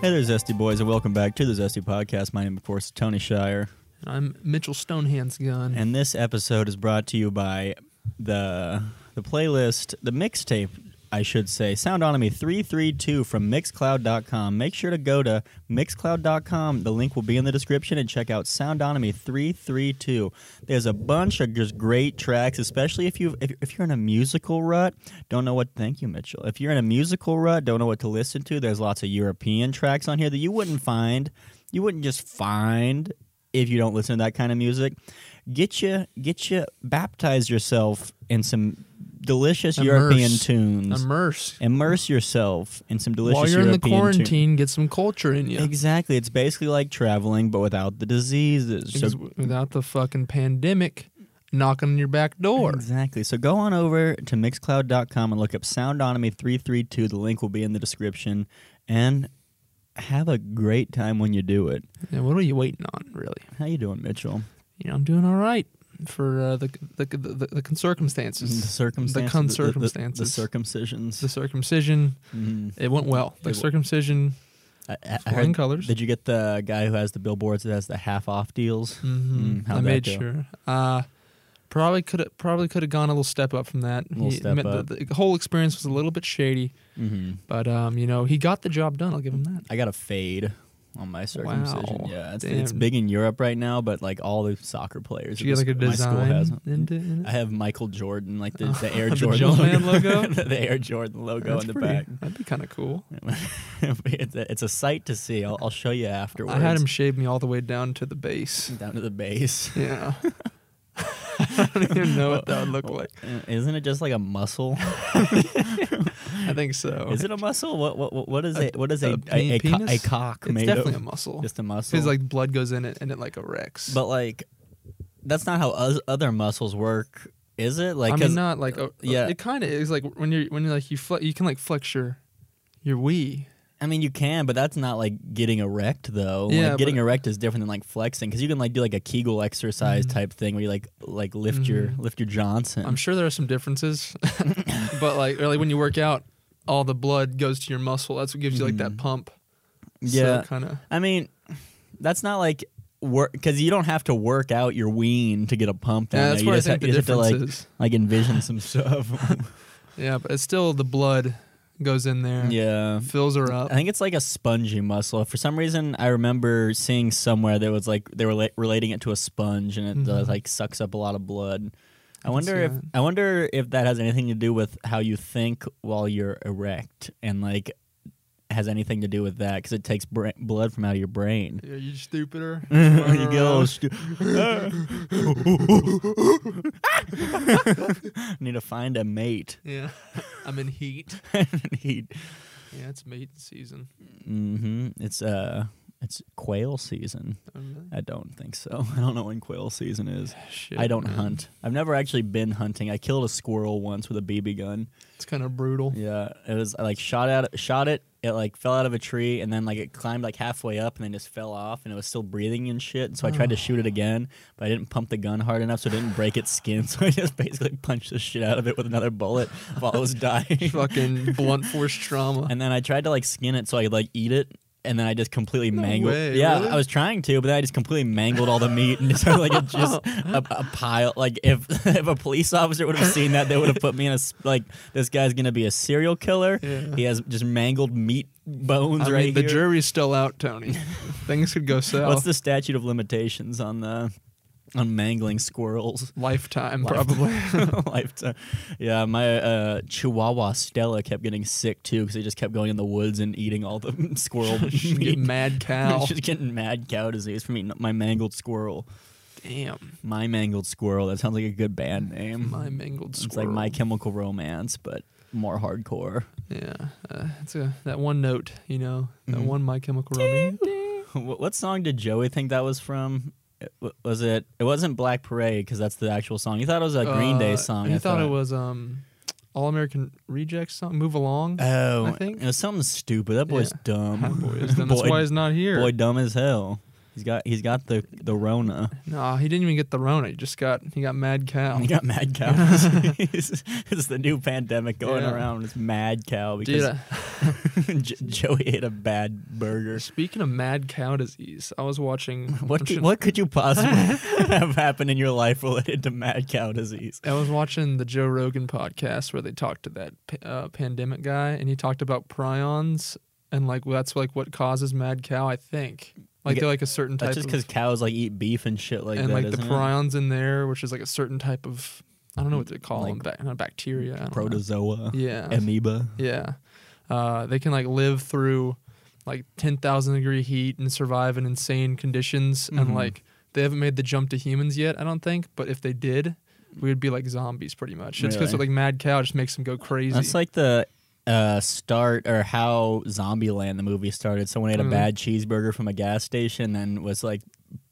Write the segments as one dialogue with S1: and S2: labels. S1: Hey there, Zesty Boys, and welcome back to the Zesty Podcast. My name, of course, is Tony Shire,
S2: And I'm Mitchell Stonehand's gun.
S1: and this episode is brought to you by the the playlist, the mixtape, I should say, Soundonomy 332 from Mixcloud.com. Make sure to go to Mixcloud.com. The link will be in the description and check out Soundonomy 332. There's a bunch of just great tracks, especially if you if, if you're in a musical rut, don't know what. Thank you, Mitchell. If you're in a musical rut, don't know what to listen to. There's lots of European tracks on here that you wouldn't find. You wouldn't just find if you don't listen to that kind of music. Get you get you baptize yourself in some delicious
S2: Immerse.
S1: European tunes.
S2: Immerse.
S1: Immerse yourself in some delicious
S2: While you're in the
S1: European tunes.
S2: quarantine, get some culture in you.
S1: Exactly. It's basically like traveling, but without the diseases. So
S2: Without the fucking pandemic knocking on your back door.
S1: Exactly. So go on over to mixcloud.com and look up Soundonomy 332. The link will be in the description. And have a great time when you do it.
S2: Yeah, what are you waiting on, really?
S1: How you doing, Mitchell?
S2: You know, I'm doing all right for uh, the, the, the, the, the con-
S1: The
S2: circumstances.
S1: circumstances.
S2: con-
S1: the- the- the-
S2: circumstances.
S1: The, circumcisions.
S2: The circumcision,
S1: Mhm.
S2: it went well. The
S1: It w-
S2: circumcision,
S1: I- I- I
S2: flying
S1: heard-
S2: colors.
S1: Did you get the guy who has the billboards that has the half off deals?
S2: hmm
S1: Mm, how'd
S2: I
S1: that
S2: made
S1: go?
S2: sure. Uh, probably could have probably could have gone a little step up from that.
S1: Little step
S2: the-
S1: up.
S2: The, whole experience was a little bit shady,
S1: Mm-hmm.
S2: but um, you know, he got the job done. I'll give him that.
S1: I got a fade on my circumcision.
S2: Wow.
S1: Yeah, it's, it's
S2: Damn.
S1: big in Europe right now, but like all the soccer players.
S2: Did you
S1: at
S2: get like a
S1: this- my school has
S2: design
S1: them.
S2: into in
S1: I
S2: it?
S1: have Michael Jordan, like the, the Air
S2: The
S1: Jordan
S2: Jumpman
S1: logo,
S2: logo?
S1: the, Air Jordan logo
S2: That's
S1: in the
S2: pretty-
S1: back.
S2: That'd be kind of cool.
S1: it's, a, it's a sight to see. I'll, I'll show you afterwards.
S2: I had him shave me all the way down to the base.
S1: down to the base.
S2: Yeah. I don't even know what that would look like.
S1: Uh, Isn't it just like a muscle?
S2: I think so.
S1: Is it a muscle? What what what- what is
S2: A-
S1: it? What is
S2: a
S1: a
S2: pe-
S1: a, a, co- a
S2: penis?
S1: cock
S2: It's
S1: made
S2: definitely a
S1: of?
S2: muscle.
S1: Just a muscle.
S2: Because like blood goes in it and it like erects.
S1: but like, that's not how us, other muscles work, is it? Like,
S2: I
S1: 'cause- uh,
S2: mean, not like a,
S1: yeah.
S2: yeah. It kind of is like when you're when you're like you fle- you can like flex your your wee.
S1: I mean, you can, but that's not like getting erect though.
S2: Yeah,
S1: like
S2: but-
S1: getting erect is different than like flexing because you can like do like a Kegel exercise type thing where you like like lift your
S2: Mhm.
S1: lift your Johnson.
S2: Mm-hmm. I'm sure there are some differences, but like or like when you work out, all the blood goes to your muscle. That's what gives you like that pump.
S1: Mm. Yeah.
S2: so kind of.
S1: I mean, that's not like work because you don't have to work out your ween to get a pump. down
S2: Yeah, that's
S1: there. you
S2: where I
S1: just ha-
S2: think the
S1: you just have
S2: difference
S1: to like
S2: is.
S1: like envision some stuff.
S2: Yeah, but it's still the blood goes in there.
S1: yeah.
S2: fills her up.
S1: I think it's like a spongy muscle. For some reason, I remember seeing somewhere that was like they were la- relating it to a sponge, and it uh,
S2: Mhm.
S1: like sucks up a lot of blood. I,
S2: can
S1: wonder
S2: see
S1: if
S2: that.
S1: I wonder if that has anything to do with how you think while you're erect, and like has anything to do with that because it takes bra- blood from out of your brain.
S2: Are you stupider?
S1: you get all stu- Need to find a mate.
S2: yeah, I'm in heat.
S1: Need
S2: Yeah, it's mating season.
S1: hmm It's uh, it's quail season.
S2: I'm really-
S1: I don't think so. I don't know when quail season is.
S2: Shit,
S1: I don't
S2: man.
S1: hunt. I've never actually been hunting. I killed a squirrel once with a BB gun.
S2: It's kind of brutal.
S1: Yeah, it was. I like shot at shot it. It like fell out of a tree and then like it climbed like halfway up and then just fell off and it was still breathing and shit. So I tried to shoot it again, but I didn't pump the gun hard enough, so it didn't break its skin. So I just basically punched the shit out of it with another bullet while it was dying.
S2: Fucking blunt force trauma.
S1: And then I tried to like skin it so I could like eat it. And then I just completely mangled.
S2: way,
S1: yeah,
S2: really?
S1: I was trying to, but then I just completely mangled all the meat and just like it just a, a pile. Like if if a police officer would have seen that, they would have put me in a s- like this guy's gonna be a serial killer.
S2: Yeah.
S1: He has just mangled meat bones
S2: I
S1: right
S2: mean,
S1: here.
S2: the jury's still out, Tony. Things could go south.
S1: What's the statute of limitations on the on mangling squirrels?
S2: Lifetime,
S1: Life-
S2: probably.
S1: lifetime. Yeah, my uh, Chihuahua Stella kept getting sick too because they just kept going in the woods and eating all the squirrel
S2: You
S1: meat.
S2: get mad cow.
S1: She's getting mad cow disease from eating my mangled squirrel.
S2: Damn,
S1: My mangled squirrel. That sounds like a good band name.
S2: my mangled
S1: Mm-hmm. it's
S2: squirrel.
S1: like My Chemical Romance, but more hardcore.
S2: Yeah, uh, it's a, that one note, you know, that
S1: Mhm.
S2: one My Chemical Romance.
S1: what, what song did Joey think that was from? It- wa- Was it? It wasn't Black Parade because that's the actual song. He thought it was a Green Day
S2: Uh,
S1: song.
S2: He
S1: I
S2: thought, it was um, All American Rejects song. Move along.
S1: Oh,
S2: I think.
S1: it was something stupid. That boy's
S2: Yeah.
S1: dumb.
S2: boy, is- then that's
S1: Um, Boy-
S2: why he's not here.
S1: Boy, dumb as hell. He's got he's got the the Rona.
S2: No, he didn't even get the Rona. He just got he got mad cow.
S1: He got mad cow. disease. it's the new pandemic going
S2: Yeah.
S1: around. It's mad cow
S2: Dude,
S1: because
S2: uh,
S1: J- Joey ate a bad burger.
S2: speaking of mad cow disease, I was watching.
S1: What
S2: I'm
S1: could,
S2: sure-
S1: what could you possibly have happened in your life related to mad cow disease?
S2: I was watching the Joe Rogan podcast where they talked to that pa- uh, pandemic guy, and he talked about prions and like that's like what causes mad cow. I think like
S1: Okay,
S2: they're like a certain type
S1: That's just
S2: of
S1: because cows like eat beef and shit like
S2: and
S1: that.
S2: like the
S1: isn't it?
S2: prions in there, which is like a certain type of I don't know what they call
S1: Like
S2: them, ba- not bacteria, I don't know.
S1: protozoa,
S2: Yeah,
S1: amoeba.
S2: yeah. Uh, they can like live through like ten thousand degree heat and survive in insane conditions,
S1: Mhm.
S2: and like they haven't made the jump to humans yet, I don't think. But if they did. We would be like zombies, pretty much. It's because
S1: Really?
S2: like mad cow just makes them go crazy.
S1: That's like the uh, start or how Zombieland the movie started. Someone ate a
S2: Mhm.
S1: bad cheeseburger from a gas station and was like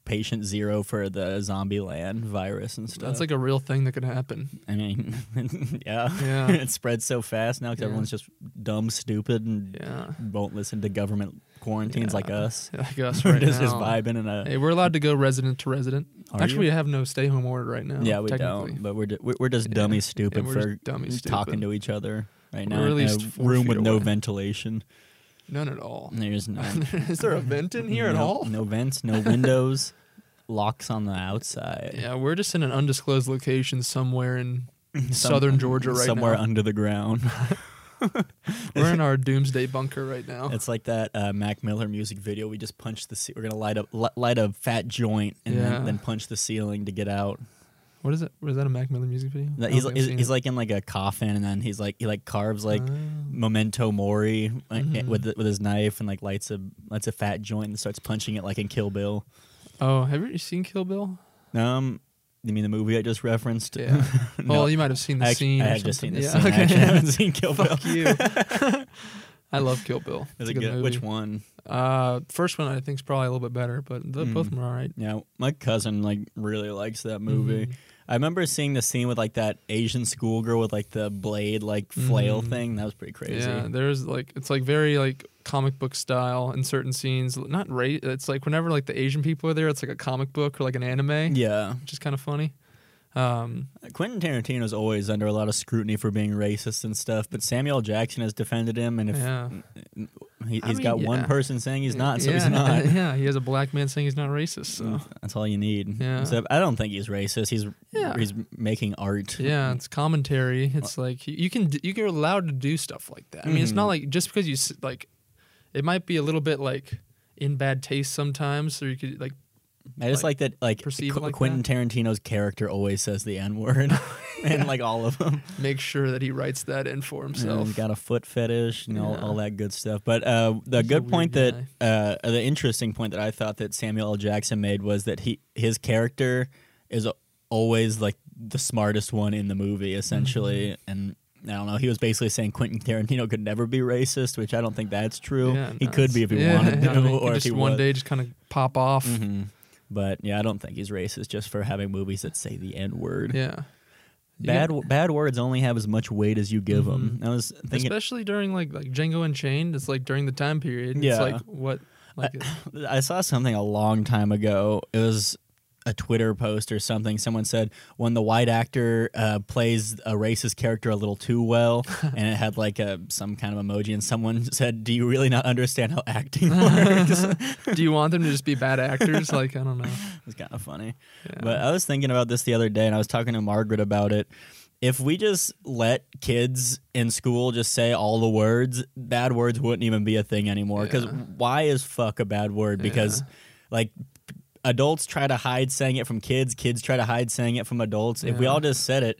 S1: patient zero for the Zombieland virus and stuff.
S2: That's like a real thing that could happen.
S1: I mean, yeah,
S2: Yeah.
S1: it spreads so fast now because
S2: Yeah.
S1: everyone's just dumb, stupid, and
S2: Yeah.
S1: won't listen to government quarantines like
S2: Yeah.
S1: us.
S2: Like us
S1: We're
S2: right
S1: just,
S2: now.
S1: just vibing in a.
S2: Hey, we're allowed to go resident to resident.
S1: Are
S2: Actually,
S1: you?
S2: we have no stay home order right now.
S1: yeah, we
S2: technically.
S1: don't. But we're ju- we're- we're just
S2: Yeah.
S1: dummy
S2: And
S1: stupid
S2: we're
S1: for
S2: just dummy stupid.
S1: talking to each other right now.
S2: We're at
S1: in
S2: least
S1: a
S2: four
S1: room
S2: feet
S1: with no
S2: away.
S1: ventilation.
S2: None at all.
S1: There's none.
S2: Is there a vent in here at
S1: no,
S2: all?
S1: No vents, no windows, locks on the outside.
S2: Yeah, we're just in an undisclosed location somewhere in
S1: Some-
S2: southern Georgia right
S1: somewhere
S2: now.
S1: under the ground.
S2: we're in our doomsday bunker right now.
S1: It's like that uh, Mac Miller music video. We just punch the. Ce- we're gonna light up, li- light a fat joint, and
S2: Yeah.
S1: then, then punch the ceiling to get out.
S2: What is it? Was that a Mac Miller music video? I
S1: That-
S2: don't
S1: He's
S2: think I've
S1: he's,
S2: seen
S1: he's
S2: it.
S1: like in like a coffin, and then he's like he like carves like
S2: Oh.
S1: memento mori like, eh,
S2: Mhm.
S1: with the, with his knife, and like lights a lights a fat joint and starts punching it like in Kill Bill.
S2: Oh, have you seen Kill Bill?
S1: Um, you mean the movie I just referenced?
S2: Yeah.
S1: No.
S2: Well, you might have seen the
S1: I, act-
S2: scene.
S1: I
S2: or
S1: have just seen
S2: something.
S1: this
S2: yeah,
S1: scene. I
S2: Okay.
S1: actually haven't seen Kill Bill.
S2: Fuck you. I love Kill Bill.
S1: Is
S2: It's
S1: it
S2: a good
S1: good?
S2: movie.
S1: Which one? Hmm.
S2: Uh, first one I think is probably a little bit better, but the, both of them are all right.
S1: Yeah, my cousin like really likes that movie.
S2: Mhm.
S1: I remember seeing the scene with like that Asian schoolgirl with like the blade like flail
S2: Mhm.
S1: thing. That was pretty crazy.
S2: Yeah, there's like it's like very like comic book style in certain scenes. Not right. It's like whenever like the Asian people are there, it's like a comic book or like an anime,
S1: Yeah.
S2: which is kind of funny. Um,
S1: Quentin Tarantino's always under a lot of scrutiny for being racist and stuff, but Samuel L. Jackson has defended him, and if
S2: yeah,
S1: he,
S2: I
S1: has
S2: mean,
S1: got one
S2: yeah.
S1: person saying he's not, so
S2: yeah,
S1: he's not. Mm.
S2: Yeah, he has a black man saying he's not racist. So
S1: That's all you need.
S2: Yeah.
S1: Except I don't think he's racist. He's
S2: Yeah.
S1: he's making art.
S2: yeah, it's commentary. It's like you- you can d- you- you're allowed to do stuff like that. I mean, it's
S1: Mhm.
S2: not like just because you s- like, it might be a little bit like in bad taste sometimes, or you could like
S1: I just like,
S2: like,
S1: that. Like
S2: perceive
S1: Qu-
S2: it like
S1: Quentin Tarantino's character always says the N word, and like all of them.
S2: make sure that he writes that in for himself.
S1: And got a foot fetish and all,
S2: Yeah.
S1: all that good stuff. But uh, the
S2: He's a
S1: good
S2: weird
S1: point that uh, the interesting point that I thought that Samuel L. Jackson made was that he his character is a- always like the smartest one in the movie, essentially.
S2: Mm-hmm.
S1: And I don't know. He was basically saying Quentin Tarantino could never be racist, which I don't think that's true.
S2: Yeah,
S1: he
S2: no,
S1: could
S2: it's-
S1: be if he
S2: yeah,
S1: wanted to,
S2: I mean, he
S1: or
S2: could
S1: if
S2: just
S1: he
S2: one
S1: was.
S2: day just kind of pop off.
S1: Mhm. But yeah, I don't think he's racist just for having movies that say the N word.
S2: Yeah, You
S1: Bad
S2: got- Mm-hmm.
S1: bad words only have as much weight as you give them. I was thinking
S2: especially during like like Django Unchained. It's like during the time period.
S1: Yeah.
S2: It's like what like
S1: I saw something a long time ago. It was a Twitter post or something. Someone said when the white actor uh, plays a racist character a little too well, and it had like a some kind of emoji. And someone said, "Do you really not understand how acting works?" it
S2: do you want them to just be bad actors? Like I don't know.
S1: was kind of funny.
S2: Yeah.
S1: But I was thinking about this the other day, and I was talking to Margaret about it. If we just let kids in school just say all the words, bad words wouldn't even be a thing anymore. Because
S2: Yeah.
S1: why is fuck a bad word? Because, like, adults try to hide saying it from kids, kids try to hide saying it from adults. If we
S2: Yeah.
S1: all just said it,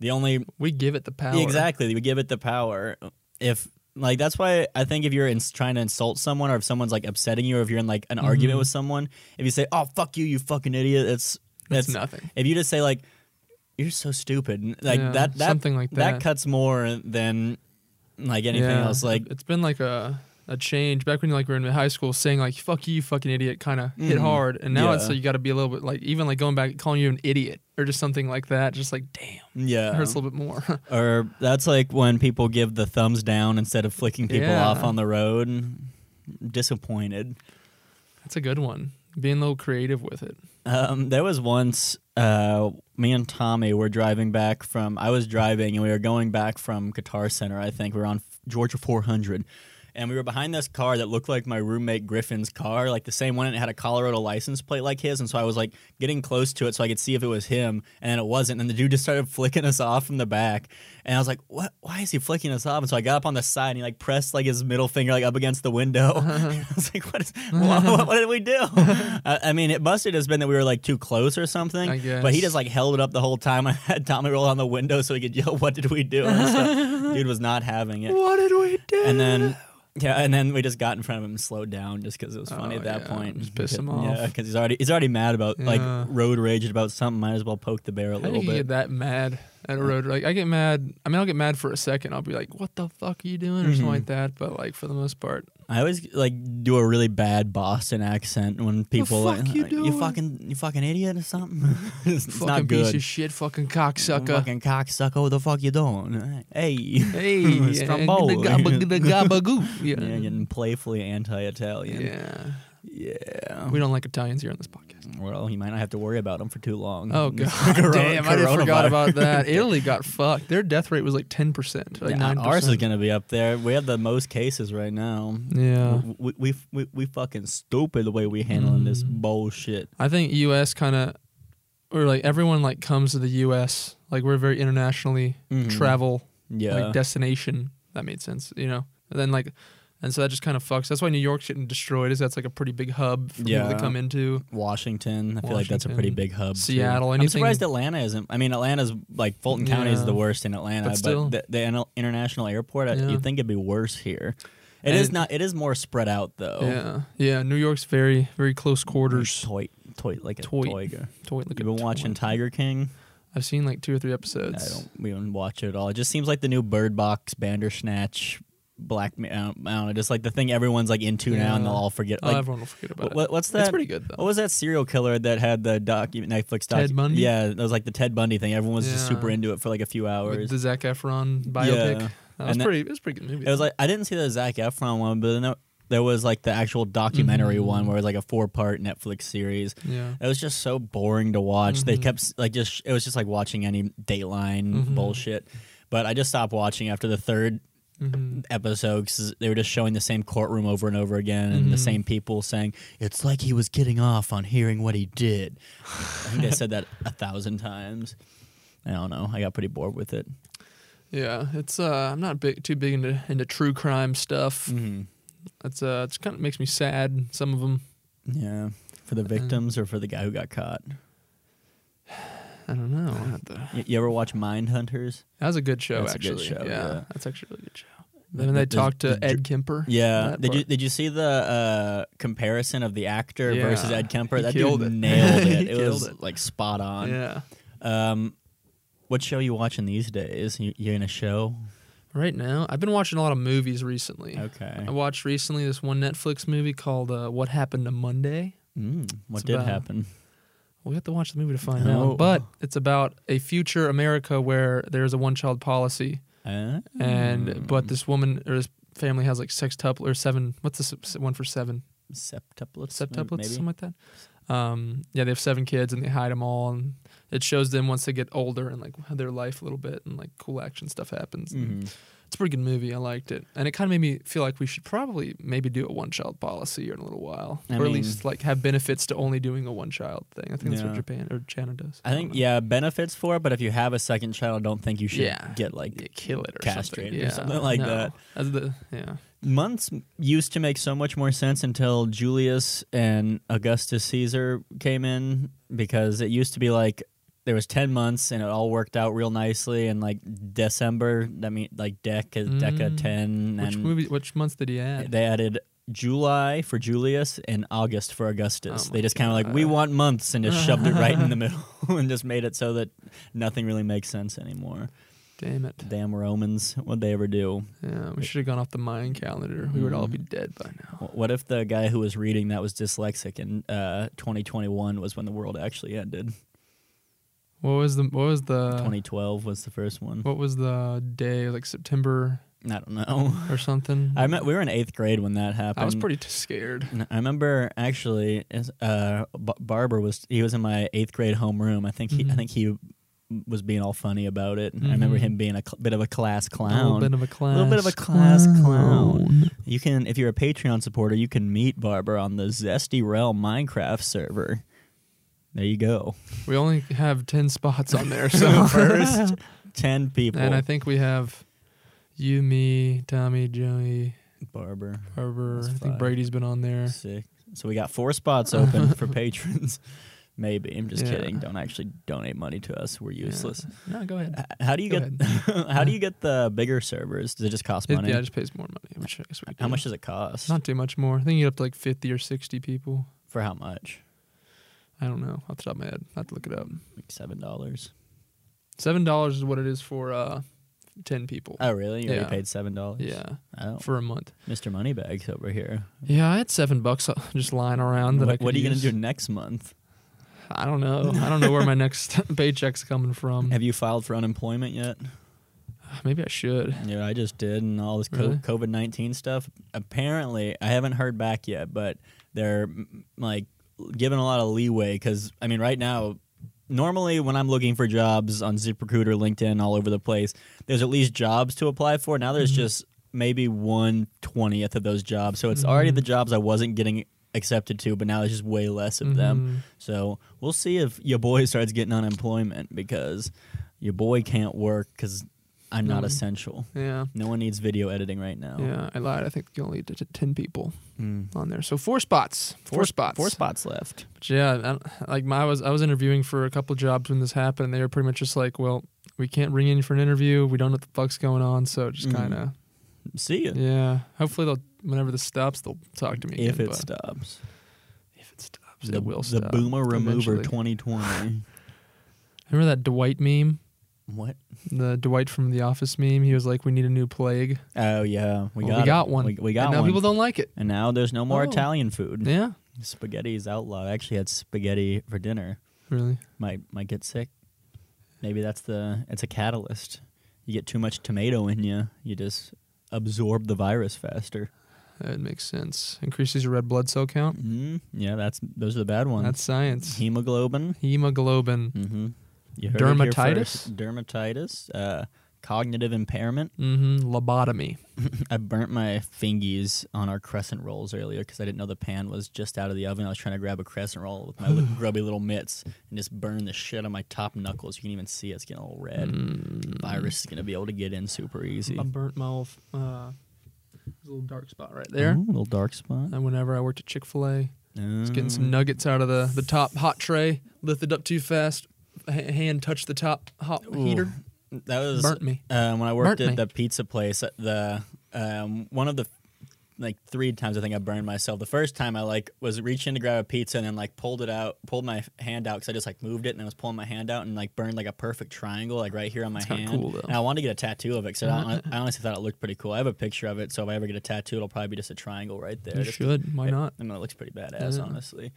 S1: the only
S2: we give it the power.
S1: Exactly. We give it the power. If like that's why I think if you're in, trying to insult someone or if someone's like upsetting you or if you're in like an
S2: Mm-hmm.
S1: argument with someone, if you say, "Oh fuck you, you fucking idiot," it's
S2: That's
S1: that's
S2: nothing.
S1: If you just say like, "You're so stupid," n- like
S2: Yeah,
S1: that, that
S2: something like
S1: that
S2: that.
S1: cuts more than like anything
S2: Yeah.
S1: else. Like
S2: it's been like a a change back when you like were in high school saying like fuck you, you fucking idiot kind of hit
S1: Mhm.
S2: hard and now it's
S1: Yeah.
S2: so you got to be a little bit like even like going back calling you an idiot or just something like that just like damn
S1: yeah,
S2: it hurts a little bit more
S1: or that's like when people give the thumbs down instead of flicking people
S2: Yeah.
S1: off on the road. Disappointed.
S2: That's a good one. Being a little creative with it.
S1: Um, there was once uh, me and Tommy were driving back from. I was driving and we were going back from Guitar Center. I think we were on Georgia 400, and we were behind this car that looked like my roommate Griffin's car, like the same one. And it had a Colorado license plate like his, and so I was like getting close to it so I could see if it was him, and then it wasn't. And the dude just started flicking us off from the back, and I was like, "What? Why is he flicking us off?" And so I got up on the side and he like pressed like his middle finger like up against the window. I was like, "What is? What, what, what did we do?" I, I mean, it busted has been that we were like too close or something.
S2: I guess.
S1: But he just like held it up the whole time. I had Tommy roll on the window so he could yell, "What did we do?" And so, dude was not having it.
S2: What did we do?
S1: And then yeah, and then we just got in front of him and slowed down just because it was funny
S2: Oh,
S1: at that
S2: yeah,
S1: point.
S2: just piss him
S1: Yeah,
S2: off.
S1: because he's already he's already mad about
S2: Yeah.
S1: like road rage about something. Might as well poke the bear a
S2: I
S1: little
S2: think you
S1: bit.
S2: get that mad at a road. Like I get mad. I mean, I'll get mad for a second. I'll be like, "What the fuck are you doing?" or something
S1: Mhm.
S2: like that. But like for the most part,
S1: I always like do a really bad Boston accent when people
S2: fuck
S1: like,
S2: you
S1: you
S2: doing?"
S1: fucking you fucking idiot or something. it's
S2: fucking
S1: not
S2: piece
S1: good.
S2: of shit, fucking cocksucker.
S1: Fucking cocksucker, what the fuck you doing? Hey.
S2: Hey,
S1: It's
S2: yeah,
S1: Stromboli.
S2: gidda gabba, gidda gabba goo.
S1: Yeah,
S2: yeah.
S1: getting playfully anti-Italian.
S2: yeah.
S1: Yeah.
S2: We don't like Italians here on this podcast.
S1: Well, you might not have to worry about them for too long.
S2: Oh
S1: It's
S2: god,
S1: Mm. corona-
S2: damn! I didn't forgot
S1: coronavirus.
S2: about that. Italy got fucked. Their death rate was like ten percent, like
S1: Yeah,
S2: nine
S1: ours is
S2: percent.
S1: gonna be up there. We have the most cases right now.
S2: Yeah,
S1: We, we, we, we fucking stupid the way we handling this
S2: Mm.
S1: bullshit.
S2: I think U.S. kind of, or like everyone like comes to the U.S. Like we're very internationally
S1: Mhm.
S2: travel
S1: Yeah.
S2: like destination. That made sense, you know. And then like, and so that just kind of fucks. That's why New York's getting destroyed. Is that's like a pretty big hub for people
S1: Yeah.
S2: to come into.
S1: Washington. I feel like that's a pretty
S2: Washington,
S1: big hub. too.
S2: Seattle,
S1: I'm
S2: anything-
S1: surprised Atlanta isn't. I mean, Atlanta's like Fulton County is
S2: Yeah.
S1: the worst in Atlanta,
S2: But
S1: but,
S2: still.
S1: the, the in- international airport, I
S2: Yeah.
S1: you'd think it'd be worse here. It is
S2: And-
S1: not. It is more spread out though.
S2: Yeah, yeah. New York's very very close
S1: There's
S2: quarters.
S1: toy, toy, like a
S2: Toy.
S1: tiger.
S2: Toy, look
S1: You've
S2: at
S1: been
S2: toy.
S1: watching Tiger King.
S2: I've seen like two or three
S1: I
S2: episodes.
S1: don't we don't watch it at all. It just seems like the new Bird Box, Bandersnatch, Black. Ma- I don't, I don't know. Just like the thing everyone's like into now, and they'll
S2: Yeah.
S1: all forget.
S2: Oh,
S1: Like,
S2: everyone will forget about
S1: what, what- what's
S2: it. That's
S1: that?
S2: pretty good though.
S1: What was that serial killer that had the doc Netflix doc?
S2: Ted Bundy?
S1: Yeah, it was like the Ted Bundy thing. Everyone was just
S2: Yeah.
S1: super into it for like a few
S2: With
S1: hours.
S2: the Zac Efron biopic.
S1: Oh, Yeah.
S2: That was
S1: And that-
S2: pretty. It was a pretty good movie.
S1: It was
S2: though.
S1: like I didn't see the Zach Efron one, but then there, there was like the actual documentary
S2: Mhm.
S1: one where it was like a four part Netflix series.
S2: yeah.
S1: It was just so boring to watch. They
S2: Mhm.
S1: kept s- like just it was just like watching any Dateline
S2: Mhm.
S1: bullshit. But I just stopped watching after the third
S2: hmm
S1: episode 'cause they were just showing the same courtroom over and over again and the
S2: Mhm.
S1: same people saying it's like he was getting off on hearing what he did. I think they said that a thousand times. I don't know. I got pretty bored with it.
S2: Yeah. It's. Uh, I'm not big, too big into into true crime stuff.
S1: Mm-hmm.
S2: That's. Uh, it's kind of makes me sad. Some of them.
S1: Yeah, for the victims or for the guy who got caught.
S2: I don't know. I'll have to-
S1: You, you ever watch Mind Hunters?
S2: That was a good show.
S1: That's a good
S2: actually.
S1: show,
S2: yeah,
S1: yeah.
S2: That's actually a really good show. Then they
S1: The- the-
S2: talked to
S1: the
S2: Ed Kemper.
S1: Yeah.
S2: That
S1: did you
S2: part.
S1: Did you see the uh, comparison of the actor
S2: Yeah.
S1: versus Ed Kemper?
S2: He
S1: that dude
S2: killed it.
S1: nailed
S2: He
S1: it. it
S2: killed
S1: was
S2: it.
S1: like spot on.
S2: Yeah.
S1: Um, what show you watching these days? You, you in a show?
S2: Right now, I've been watching a lot of movies recently.
S1: Okay.
S2: I watched recently this one Netflix movie called uh, What Happened to Monday.
S1: Mm, what
S2: It's
S1: did
S2: about-
S1: happen?
S2: We have to watch the movie to find
S1: Oh.
S2: out. But it's about a future America where there's a one-child policy,
S1: Uh,
S2: and
S1: Hmm.
S2: but this woman or this family has like sextuple or seven. What's the s- one for seven?
S1: septuplets,
S2: Septuplets,
S1: maybe.
S2: something like that. Um, yeah, they have seven kids and they hide them all, and it shows them once they get older and like their life a little bit, and like cool action stuff happens.
S1: Mhm.
S2: It's a pretty good movie. I liked it, and it kind of made me feel like we should probably maybe do a one-child policy here in a little while,
S1: I
S2: or
S1: mean-
S2: at least like have benefits to only doing a one-child thing. I think that's what
S1: Yeah.
S2: Japan or China does.
S1: I think
S2: don't know.
S1: yeah, benefits for it, but if you have a second child, I don't think you should
S2: Yeah.
S1: get like
S2: Yeah, kill it or
S1: castrated
S2: something.
S1: or something like that.
S2: That's the- yeah.
S1: months used to make so much more sense until Julius and Augustus Caesar came in because it used to be like there was 10 months and it all worked out real nicely and like December that mean like deca deca
S2: Mm.
S1: 10
S2: Which
S1: and
S2: movie? Which month did he add?
S1: they added July for Julius and August for Augustus.
S2: Oh
S1: they
S2: my
S1: just kind of like we
S2: God.
S1: want months and just shoved it right in the middle and just made it so that nothing really makes sense anymore.
S2: Damn it.
S1: Damn Romans, what'd they ever do?
S2: Yeah, we should have gone off the Mayan calendar. We would all be dead by now.
S1: Wh- What if the guy who was reading that was dyslexic and uh, 2021 was when the world actually ended?
S2: What was the What was the Uh.
S1: 2012 was the first one.
S2: What was the day? Like September
S1: I don't know.
S2: or something.
S1: I met, we were in eighth grade when that happened.
S2: I was pretty t- scared.
S1: N- I remember actually, as- uh, B- Barber was he was in my eighth grade homeroom. I think he, I
S2: Mhm.
S1: think he was being all funny about it. I remember
S2: Mhm.
S1: him being a cl- bit of a class
S2: A little
S1: clown.
S2: bit of a class.
S1: little bit of a class clown. You can, if you're a Patreon supporter, you can meet Barber on the Zesty Realm Minecraft server. There you go.
S2: We only have ten spots on there, so
S1: first ten people.
S2: and I think we have you, me, Tommy, Joey,
S1: Barber,
S2: Harper.
S1: That's
S2: I
S1: five.
S2: think Brady's been on there.
S1: sick. So we got four spots open for patrons. Maybe I'm just
S2: Yeah.
S1: kidding. Don't actually donate money to us. We're
S2: Yeah.
S1: useless.
S2: No, go ahead.
S1: H- How do you
S2: Go
S1: get? how do you get the bigger servers? Does it just cost
S2: It,
S1: money?
S2: yeah, it just pays more money. Which I guess we
S1: how
S2: do.
S1: much does it cost?
S2: Not too much more. I think you get up to like fifty or sixty people.
S1: for how much?
S2: I don't know off the top of my head. I have to look it up.
S1: Like seven dollars.
S2: Seven dollars is what it is for uh, ten people.
S1: Oh really? You
S2: Yeah.
S1: already paid seven dollars?
S2: yeah,
S1: Oh,
S2: for a month.
S1: Mr. Moneybags over here.
S2: Yeah, I had seven bucks uh, just lying around. That I
S1: What,
S2: could
S1: what are you
S2: use.
S1: gonna do next month?
S2: I don't know. I don't know where my next paycheck's coming from.
S1: Have you filed for unemployment yet?
S2: Maybe I should.
S1: Yeah, I just did, and all this
S2: Really?
S1: COVID nineteen stuff. Apparently, I haven't heard back yet, but they're m- like giving a lot of leeway because I mean, right now, normally when I'm looking for jobs on ZipRecruiter, LinkedIn, all over the place, there's at least jobs to apply for. Now there's
S2: Mhm.
S1: just maybe one twentieth of those jobs, so it's already
S2: Mhm.
S1: the jobs I wasn't getting accepted to, but now there's just way less of
S2: Mm-hmm.
S1: them. So we'll see if your boy starts getting unemployment because your boy can't work because I'm not
S2: No.
S1: essential.
S2: Mhm. Yeah.
S1: No one needs video editing right now.
S2: Yeah, I lied. I think you only did ten people
S1: Mm.
S2: on there, so four spots. Four, spots.
S1: Four spots left.
S2: But yeah, I, like my, I was I was interviewing for a couple jobs when this happened. and They were pretty much just like, well, we can't ring in for an interview. We don't know what the fuck's going on, so just
S1: Mhm.
S2: kind of
S1: See ya.
S2: yeah. Hopefully they'll whenever this stops, they'll talk to me.
S1: If
S2: again,
S1: it
S2: but
S1: stops,
S2: if it stops,
S1: the,
S2: it will
S1: the
S2: stop.
S1: boomer remover
S2: eventually.
S1: 2020.
S2: Remember that Dwight meme,
S1: what?
S2: the Dwight from The Office meme. He was like, we need a new plague.
S1: Oh yeah, we got
S2: Well, we
S1: it.
S2: got one.
S1: We, we got
S2: and now
S1: one. Mm.
S2: people don't like it.
S1: and now there's no more
S2: Oh.
S1: Italian food.
S2: Yeah,
S1: Spaghetti is outlawed. I actually had spaghetti for dinner.
S2: really.
S1: Might might get sick. Maybe that's the it's a catalyst. You get too much tomato in you, you just absorb the virus faster.
S2: That makes sense. Increases your red blood cell count.
S1: Mm, yeah, that's those are the bad ones.
S2: That's science.
S1: hemoglobin.
S2: Hemoglobin.
S1: Mm-hmm.
S2: Dermatitis?
S1: Dermatitis. Uh, cognitive impairment.
S2: Mm-hmm. Lobotomy.
S1: I burnt my fingies on our crescent rolls earlier because I didn't know the pan was just out of the oven. I was trying to grab a crescent roll with my little grubby little mitts and just burn the shit on my top knuckles. You can even see it's getting all red.
S2: Mm.
S1: Virus is gonna be able to get in super easy.
S2: I burnt my old, uh, little dark spot right there.
S1: Ooh, little dark spot.
S2: And whenever I worked at Chick Fil A, was getting some
S1: Mm.
S2: nuggets out of the the top hot tray. Lifted up too fast. H- hand touched the top hot
S1: Ooh.
S2: heater.
S1: That was
S2: Burnt me.
S1: Um, when I worked
S2: Burnt
S1: at
S2: me.
S1: the pizza place, uh, the um, one of the like three times I think I burned myself. The first time I like was reaching to grab a pizza and then like pulled it out, pulled my hand out because I just like moved it and I was pulling my hand out and like burned like a perfect triangle like right here on my
S2: That's kinda
S1: hand.
S2: cool, though.
S1: And I wanted to get a tattoo of it because I, I honestly thought it looked pretty cool. I have a picture of it, so if I ever get a tattoo, it'll probably be just a triangle right there.
S2: You
S1: just
S2: should. Why
S1: it-
S2: not?
S1: I mean, it looks pretty badass,
S2: Yeah.
S1: honestly.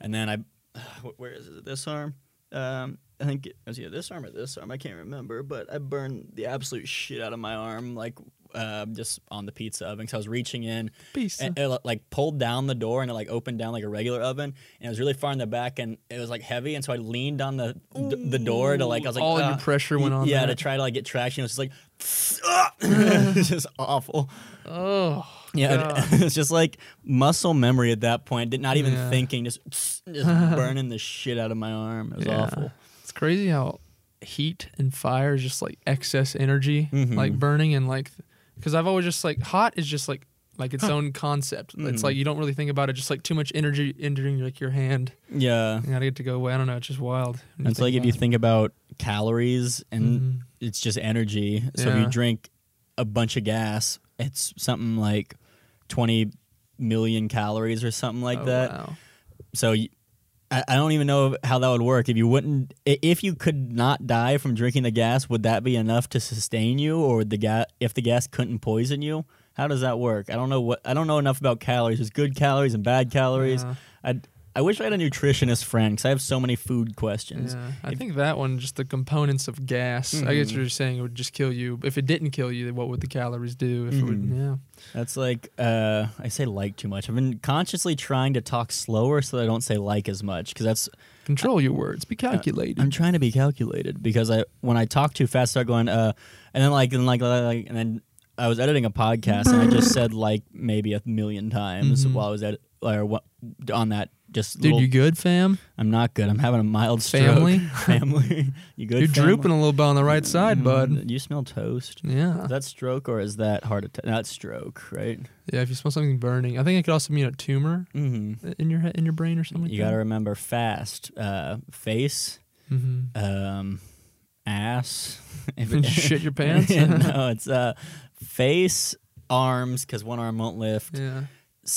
S1: And then I, wh- where is it? This arm. Um, I think it was either this arm or this arm. I can't remember, but I burned the absolute shit out of my arm, like uh, just on the pizza oven. Because I was reaching in,
S2: Pizza.
S1: and it li- like pulled down the door, and it like opened down like a regular oven, and it was really far in the back, and it was like heavy, and so I leaned on the d- the door to like I was like
S2: all
S1: ah.
S2: your pressure went
S1: Y-
S2: on.
S1: yeah,
S2: that.
S1: to try to like get traction. It was just like, ah! it was just awful.
S2: Oh,
S1: Yeah, it- it's just like muscle memory at that point. Did not even
S2: Yeah.
S1: thinking, just, just burning the shit out of my arm. It was
S2: Yeah.
S1: awful.
S2: It's crazy how heat and fire is just like excess energy,
S1: Mhm.
S2: like burning and like because I've always just like hot is just like like its own concept. It's
S1: Mhm.
S2: like you don't really think about it. Just like too much energy entering like your hand.
S1: Yeah,
S2: You gotta get to go away. I don't know. It's just wild. when
S1: it's like
S2: think
S1: if you
S2: about
S1: think about calories
S2: it.
S1: and
S2: Mhm.
S1: it's just energy. So if
S2: Yeah.
S1: you drink a bunch of gas, it's something like twenty million calories or something like
S2: Oh,
S1: that.
S2: wow.
S1: So. y I I don't even know how that would work. If you wouldn't, i- if you could not die from drinking the gas, would that be enough to sustain you, or would the gas, if the gas couldn't poison you, how does that work? I don't know what I don't know enough about calories. There's good calories and bad calories.
S2: Yeah.
S1: I I wish I had a nutritionist friend because I have so many food questions.
S2: Yeah, I
S1: If-
S2: think that one, just the components of gas. I guess
S1: Mhm.
S2: you're saying it would just kill you. If it didn't kill you, then what would the calories do? If it would,
S1: Mhm.
S2: yeah.
S1: That's like uh, I say like too much. I've been consciously trying to talk slower so that I don't say like as much because that's
S2: Control your words. Be calculated.
S1: I'm trying to be calculated because I when I talk too fast, I start going uh, and then like and like, like and then I was editing a podcast and I just said like maybe a million times
S2: Mhm.
S1: while I was at or what on that just
S2: Dude,
S1: little-
S2: you good, fam?
S1: I'm not good. I'm having a mild stroke.
S2: Family?
S1: family, you good?
S2: You're
S1: family?
S2: drooping a little bit on the right side, bud.
S1: Mm, You smell toast.
S2: Yeah.
S1: Is that stroke or is that heart attack? Not stroke, right?
S2: Yeah, if you smell something burning. I think it could also mean a tumor
S1: Mm-hmm.
S2: in your head, in your brain or something.
S1: you got to remember fast uh, face,
S2: hmm
S1: um, ass. If
S2: Did you shit your pants?
S1: no, it's uh, face, arms because one arm won't lift.
S2: Yeah.